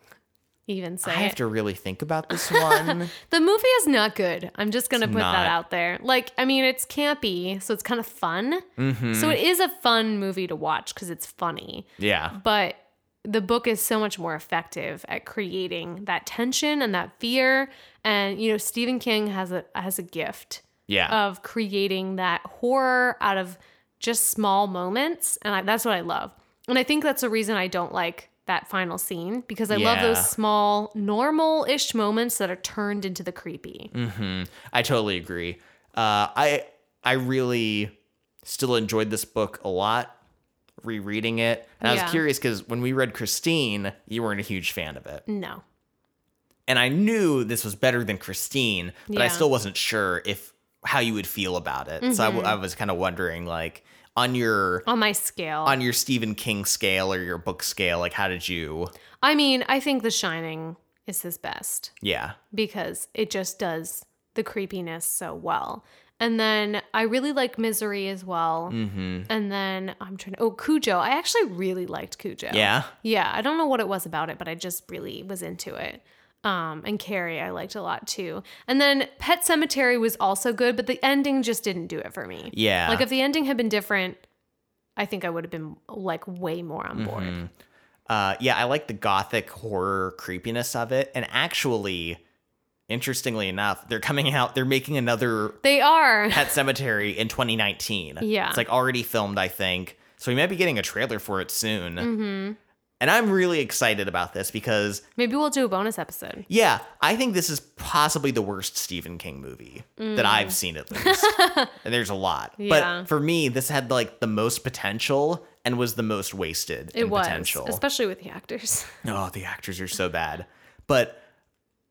[SPEAKER 2] even say
[SPEAKER 1] I have
[SPEAKER 2] it?
[SPEAKER 1] to really think about this one.
[SPEAKER 2] The movie is not good. I'm just going to
[SPEAKER 1] It's
[SPEAKER 2] put
[SPEAKER 1] not.
[SPEAKER 2] that out there. Like, I mean, it's campy, so it's kind of fun.
[SPEAKER 1] hmm
[SPEAKER 2] So, it is a fun movie to watch because it's funny.
[SPEAKER 1] yeah.
[SPEAKER 2] But the book is so much more effective at creating that tension and that fear. And, you know, Stephen King has a, has a gift.
[SPEAKER 1] Yeah.
[SPEAKER 2] of creating that horror out of just small moments and I, that's what i love and i think that's the reason i don't like that final scene because i love
[SPEAKER 1] Yeah.
[SPEAKER 2] those small normal-ish moments that are turned into the creepy
[SPEAKER 1] hmm I totally agree. Uh, I I really still enjoyed this book a lot. Rereading it, and I
[SPEAKER 2] Yeah.
[SPEAKER 1] was curious because when we read Christine, you weren't a huge fan of it,
[SPEAKER 2] no
[SPEAKER 1] and I knew this was better than Christine, but I
[SPEAKER 2] Yeah.
[SPEAKER 1] still wasn't sure if how you would feel about it. So I,
[SPEAKER 2] Mm-hmm.
[SPEAKER 1] w- I was kind of wondering, like, on your
[SPEAKER 2] on my scale
[SPEAKER 1] on your Stephen King scale or your book scale, like, how did you?
[SPEAKER 2] i mean i think the shining is his best
[SPEAKER 1] Yeah,
[SPEAKER 2] because it just does the creepiness so well and then i really like misery as well
[SPEAKER 1] mm-hmm.
[SPEAKER 2] and then i'm trying to oh cujo i actually really liked cujo
[SPEAKER 1] yeah.
[SPEAKER 2] Yeah, I don't know what it was about it, but I just really was into it. Um, and Carrie, I liked a lot too. And then Pet Cemetery was also good, but the ending just didn't do it for me.
[SPEAKER 1] Yeah.
[SPEAKER 2] Like if the ending had been different, I think I would have been like way more on board.
[SPEAKER 1] Mhm. Uh, yeah, I like the gothic horror creepiness of it. And actually, interestingly enough, they're coming out, they're making another
[SPEAKER 2] They are.
[SPEAKER 1] Pet Cemetery in 2019.
[SPEAKER 2] Yeah.
[SPEAKER 1] It's like already filmed, I think. So we might be getting a trailer for it soon.
[SPEAKER 2] hmm
[SPEAKER 1] And I'm really excited about this because,
[SPEAKER 2] Maybe we'll do a bonus episode.
[SPEAKER 1] yeah, I think this is possibly the worst Stephen King movie that I've seen at least. and there's a lot.
[SPEAKER 2] Mm. Yeah.
[SPEAKER 1] But for me, this had like the most potential and was the most wasted
[SPEAKER 2] It
[SPEAKER 1] in
[SPEAKER 2] was
[SPEAKER 1] potential.
[SPEAKER 2] especially with the actors.
[SPEAKER 1] Oh, the actors are so bad. But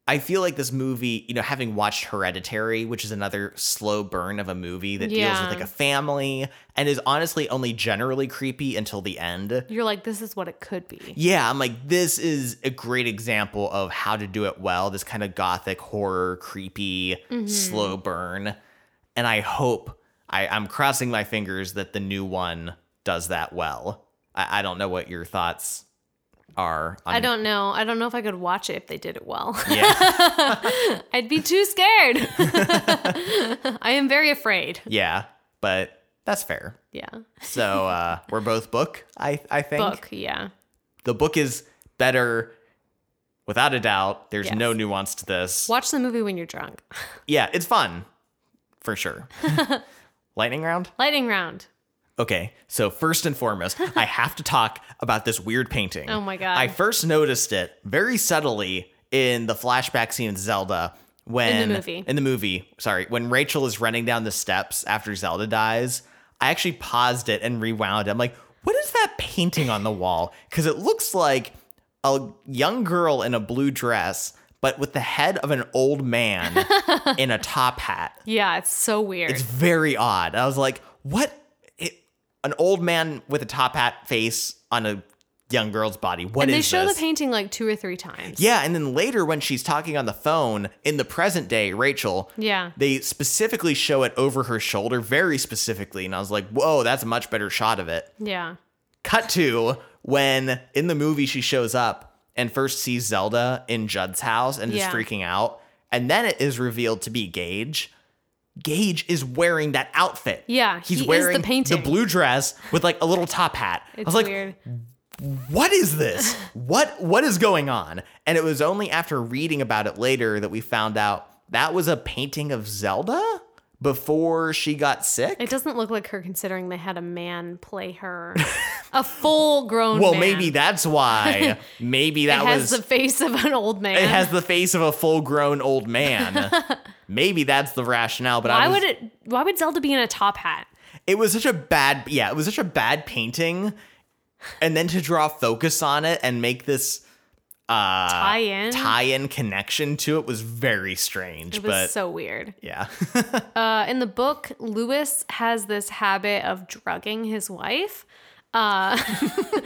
[SPEAKER 1] I feel like this movie, you know, having watched Hereditary, which is another slow burn of a movie that deals
[SPEAKER 2] Yeah.
[SPEAKER 1] with like a family and is honestly only generally creepy until the end.
[SPEAKER 2] You're like, this is what it could be.
[SPEAKER 1] Yeah, I'm like, this is a great example of how to do it well. This kind of gothic horror, creepy,
[SPEAKER 2] Mm-hmm.
[SPEAKER 1] slow burn. And I hope, I, I'm crossing my fingers that the new one does that well. I, I don't know what your thoughts are on
[SPEAKER 2] I don't know. I don't know if I could watch it if they did it well.
[SPEAKER 1] Yeah.
[SPEAKER 2] I'd be too scared. I am very afraid.
[SPEAKER 1] Yeah, but That's fair.
[SPEAKER 2] Yeah.
[SPEAKER 1] So uh, we're both book. I I think
[SPEAKER 2] Book. Yeah.
[SPEAKER 1] the book is better, without a doubt. There's no
[SPEAKER 2] Yes.
[SPEAKER 1] nuance to this.
[SPEAKER 2] Watch the movie when you're drunk.
[SPEAKER 1] Yeah, it's fun, for sure. Lightning round.
[SPEAKER 2] Lightning round.
[SPEAKER 1] Okay, so first and foremost, I have to talk about this weird painting.
[SPEAKER 2] Oh my God.
[SPEAKER 1] I first noticed it very subtly in the flashback scene of Zelda when
[SPEAKER 2] In the movie.
[SPEAKER 1] in the movie, sorry, when Rachel is running down the steps after Zelda dies. I actually paused it and rewound it. I'm like, what is that painting on the wall? Because it looks like a young girl in a blue dress, but with the head of an old man in a top hat.
[SPEAKER 2] Yeah, it's so weird.
[SPEAKER 1] It's very odd. I was like, what? It, an old man with a top hat face on a young girl's body. What
[SPEAKER 2] and
[SPEAKER 1] is
[SPEAKER 2] they show
[SPEAKER 1] this?
[SPEAKER 2] the painting like two or three times.
[SPEAKER 1] yeah, and then later when she's talking on the phone in the present day, Rachel,
[SPEAKER 2] Yeah.
[SPEAKER 1] they specifically show it over her shoulder, very specifically. And I was like, whoa, that's a much better shot of it.
[SPEAKER 2] Yeah.
[SPEAKER 1] Cut to when in the movie she shows up and first sees Zelda in Judd's house and
[SPEAKER 2] Yeah.
[SPEAKER 1] is freaking out. And then it is revealed to be Gage. Gage is wearing that outfit.
[SPEAKER 2] Yeah,
[SPEAKER 1] He's
[SPEAKER 2] he is
[SPEAKER 1] wearing
[SPEAKER 2] the painting.
[SPEAKER 1] blue dress with like a little top hat. I
[SPEAKER 2] It's
[SPEAKER 1] was like,
[SPEAKER 2] weird.
[SPEAKER 1] what is this? what what is going on? And it was only after reading about it later that we found out that was a painting of Zelda before she got sick.
[SPEAKER 2] It doesn't look like her considering they had a man play her. a full grown
[SPEAKER 1] well,
[SPEAKER 2] man.
[SPEAKER 1] maybe that's why. Maybe
[SPEAKER 2] it
[SPEAKER 1] that
[SPEAKER 2] has
[SPEAKER 1] was
[SPEAKER 2] the face of an old man.
[SPEAKER 1] It has the face of a full grown old man. Maybe that's the rationale, but
[SPEAKER 2] why
[SPEAKER 1] I was,
[SPEAKER 2] would it why would Zelda be in a top hat?
[SPEAKER 1] it was such a bad yeah, it was such a bad painting. And then to draw focus on it and make this uh
[SPEAKER 2] Tie in.
[SPEAKER 1] tie-in connection to it was very strange.
[SPEAKER 2] Mm. It was
[SPEAKER 1] but
[SPEAKER 2] so weird.
[SPEAKER 1] yeah.
[SPEAKER 2] Uh, in the book, Lewis has this habit of drugging his wife. Uh,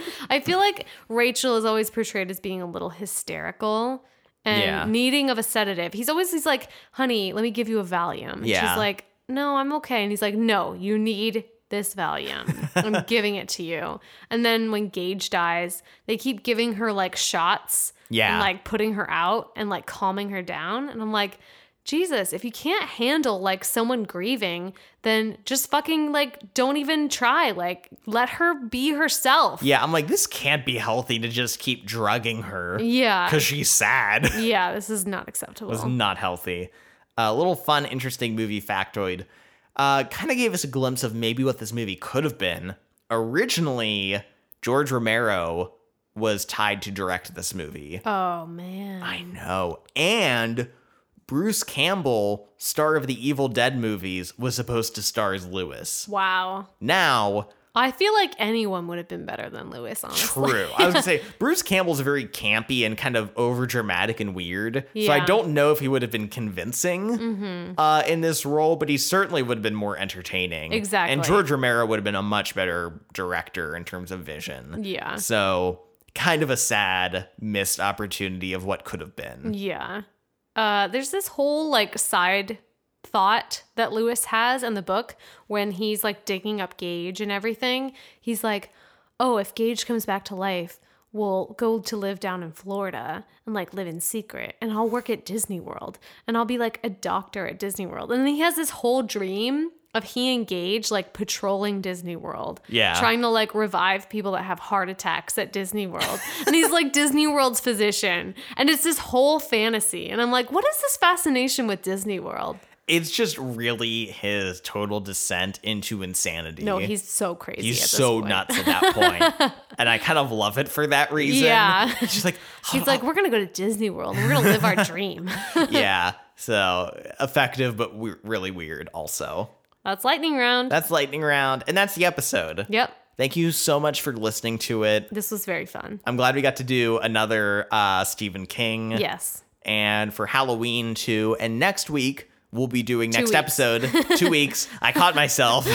[SPEAKER 2] I feel like Rachel is always portrayed as being a little hysterical and
[SPEAKER 1] Yeah.
[SPEAKER 2] needing of a sedative. He's always he's like, "Honey, let me give you a Valium." And
[SPEAKER 1] Yeah.
[SPEAKER 2] She's like, "No, I'm okay." And he's like, "No, you need this Valium. I'm giving it to you." And then when Gage dies, they keep giving her like shots
[SPEAKER 1] Yeah.
[SPEAKER 2] and like putting her out and like calming her down. And I'm like, Jesus, if you can't handle like someone grieving, then just fucking like don't even try. Like let her be herself.
[SPEAKER 1] yeah, I'm like, this can't be healthy to just keep drugging her
[SPEAKER 2] Yeah.
[SPEAKER 1] because she's sad. it
[SPEAKER 2] Yeah, this is not acceptable.
[SPEAKER 1] was not healthy. A little fun, interesting movie factoid. Uh, kind of gave us a glimpse of maybe what this movie could have been. Originally, George Romero was tied to direct this movie.
[SPEAKER 2] oh man.
[SPEAKER 1] I know. And Bruce Campbell, star of the Evil Dead movies, was supposed to star as Lewis.
[SPEAKER 2] wow.
[SPEAKER 1] Now,
[SPEAKER 2] I feel like anyone would have been better than Lewis, honestly.
[SPEAKER 1] True. I was gonna say Bruce Campbell's very campy and kind of over dramatic and weird. So I
[SPEAKER 2] Yeah.
[SPEAKER 1] don't know if he would have been convincing
[SPEAKER 2] Mm-hmm.
[SPEAKER 1] uh, in this role, but he certainly would have been more entertaining. And
[SPEAKER 2] Exactly.
[SPEAKER 1] George Romero would have been a much better director in terms of vision.
[SPEAKER 2] Yeah.
[SPEAKER 1] So kind of a sad missed opportunity of what could have been.
[SPEAKER 2] Yeah. Uh, there's this whole like side thought that Lewis has in the book when he's like digging up Gage and everything. He's like, oh, if Gage comes back to life, we'll go to live down in Florida and like live in secret. And I'll work at Disney World and I'll be like a doctor at Disney World. And then he has this whole dream of he and Gage like patrolling Disney World.
[SPEAKER 1] Yeah.
[SPEAKER 2] Trying trying to like revive people that have heart attacks at Disney World. and he's like Disney World's physician. And it's this whole fantasy. And I'm like, what is this fascination with Disney World?
[SPEAKER 1] It's just really his total descent into insanity.
[SPEAKER 2] No, he's so crazy.
[SPEAKER 1] He's
[SPEAKER 2] at this
[SPEAKER 1] so
[SPEAKER 2] point.
[SPEAKER 1] nuts at that point. and I kind of love it for that reason.
[SPEAKER 2] Yeah.
[SPEAKER 1] He's just like,
[SPEAKER 2] He's like, we're gonna go to Disney World. and We're gonna live our dream.
[SPEAKER 1] yeah. So effective, but we- really weird also.
[SPEAKER 2] That's lightning round.
[SPEAKER 1] That's Lightning Round. And that's the episode.
[SPEAKER 2] yep.
[SPEAKER 1] Thank you so much for listening to it.
[SPEAKER 2] This was very fun.
[SPEAKER 1] I'm glad we got to do another uh, Stephen King.
[SPEAKER 2] Yes.
[SPEAKER 1] And for Halloween too. And next week, we'll be doing next
[SPEAKER 2] weeks.
[SPEAKER 1] episode. two weeks. I caught myself.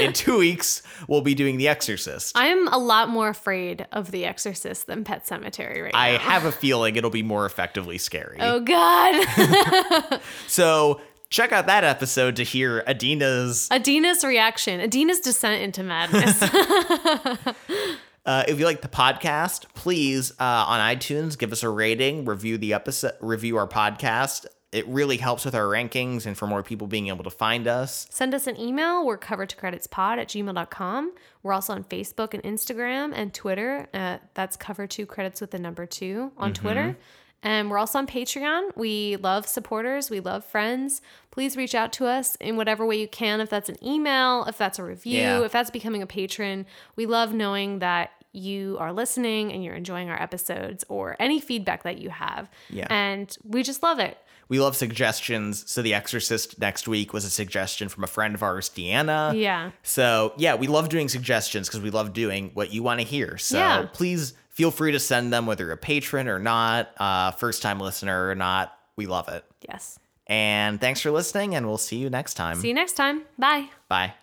[SPEAKER 1] In two weeks, we'll be doing The Exorcist.
[SPEAKER 2] I'm a lot more afraid of The Exorcist than Pet Cemetery right
[SPEAKER 1] I
[SPEAKER 2] now.
[SPEAKER 1] have a feeling it'll be more effectively scary.
[SPEAKER 2] Oh God.
[SPEAKER 1] So check out that episode to hear Adina's
[SPEAKER 2] Adina's reaction. Adina's descent into madness.
[SPEAKER 1] Uh, if you like the podcast, please uh, on iTunes give us a rating, review the episode, review our podcast, it really helps with our rankings and for more people being able to find us.
[SPEAKER 2] Send us an email. We're cover to credits pod at gmail.com. We're also on Facebook and Instagram and Twitter. Uh, that's cover to credits with the number two on
[SPEAKER 1] Mm-hmm.
[SPEAKER 2] Twitter. And we're also on Patreon. We love supporters. We love friends. Please reach out to us in whatever way you can. If that's an email, if that's a review,
[SPEAKER 1] Yeah.
[SPEAKER 2] if that's becoming a patron, we love knowing that you are listening and you're enjoying our episodes or any feedback that you have.
[SPEAKER 1] Yeah.
[SPEAKER 2] And we just love it.
[SPEAKER 1] We love suggestions. So The Exorcist next week was a suggestion from a friend of ours, Deanna.
[SPEAKER 2] Yeah.
[SPEAKER 1] So yeah, we love doing suggestions because we love doing what you want to hear. So
[SPEAKER 2] Yeah.
[SPEAKER 1] please feel free to send them, whether you're a patron or not, uh, first time listener or not. We love it.
[SPEAKER 2] Yes.
[SPEAKER 1] And thanks for listening, and we'll see you next time.
[SPEAKER 2] See you next time. Bye.
[SPEAKER 1] Bye.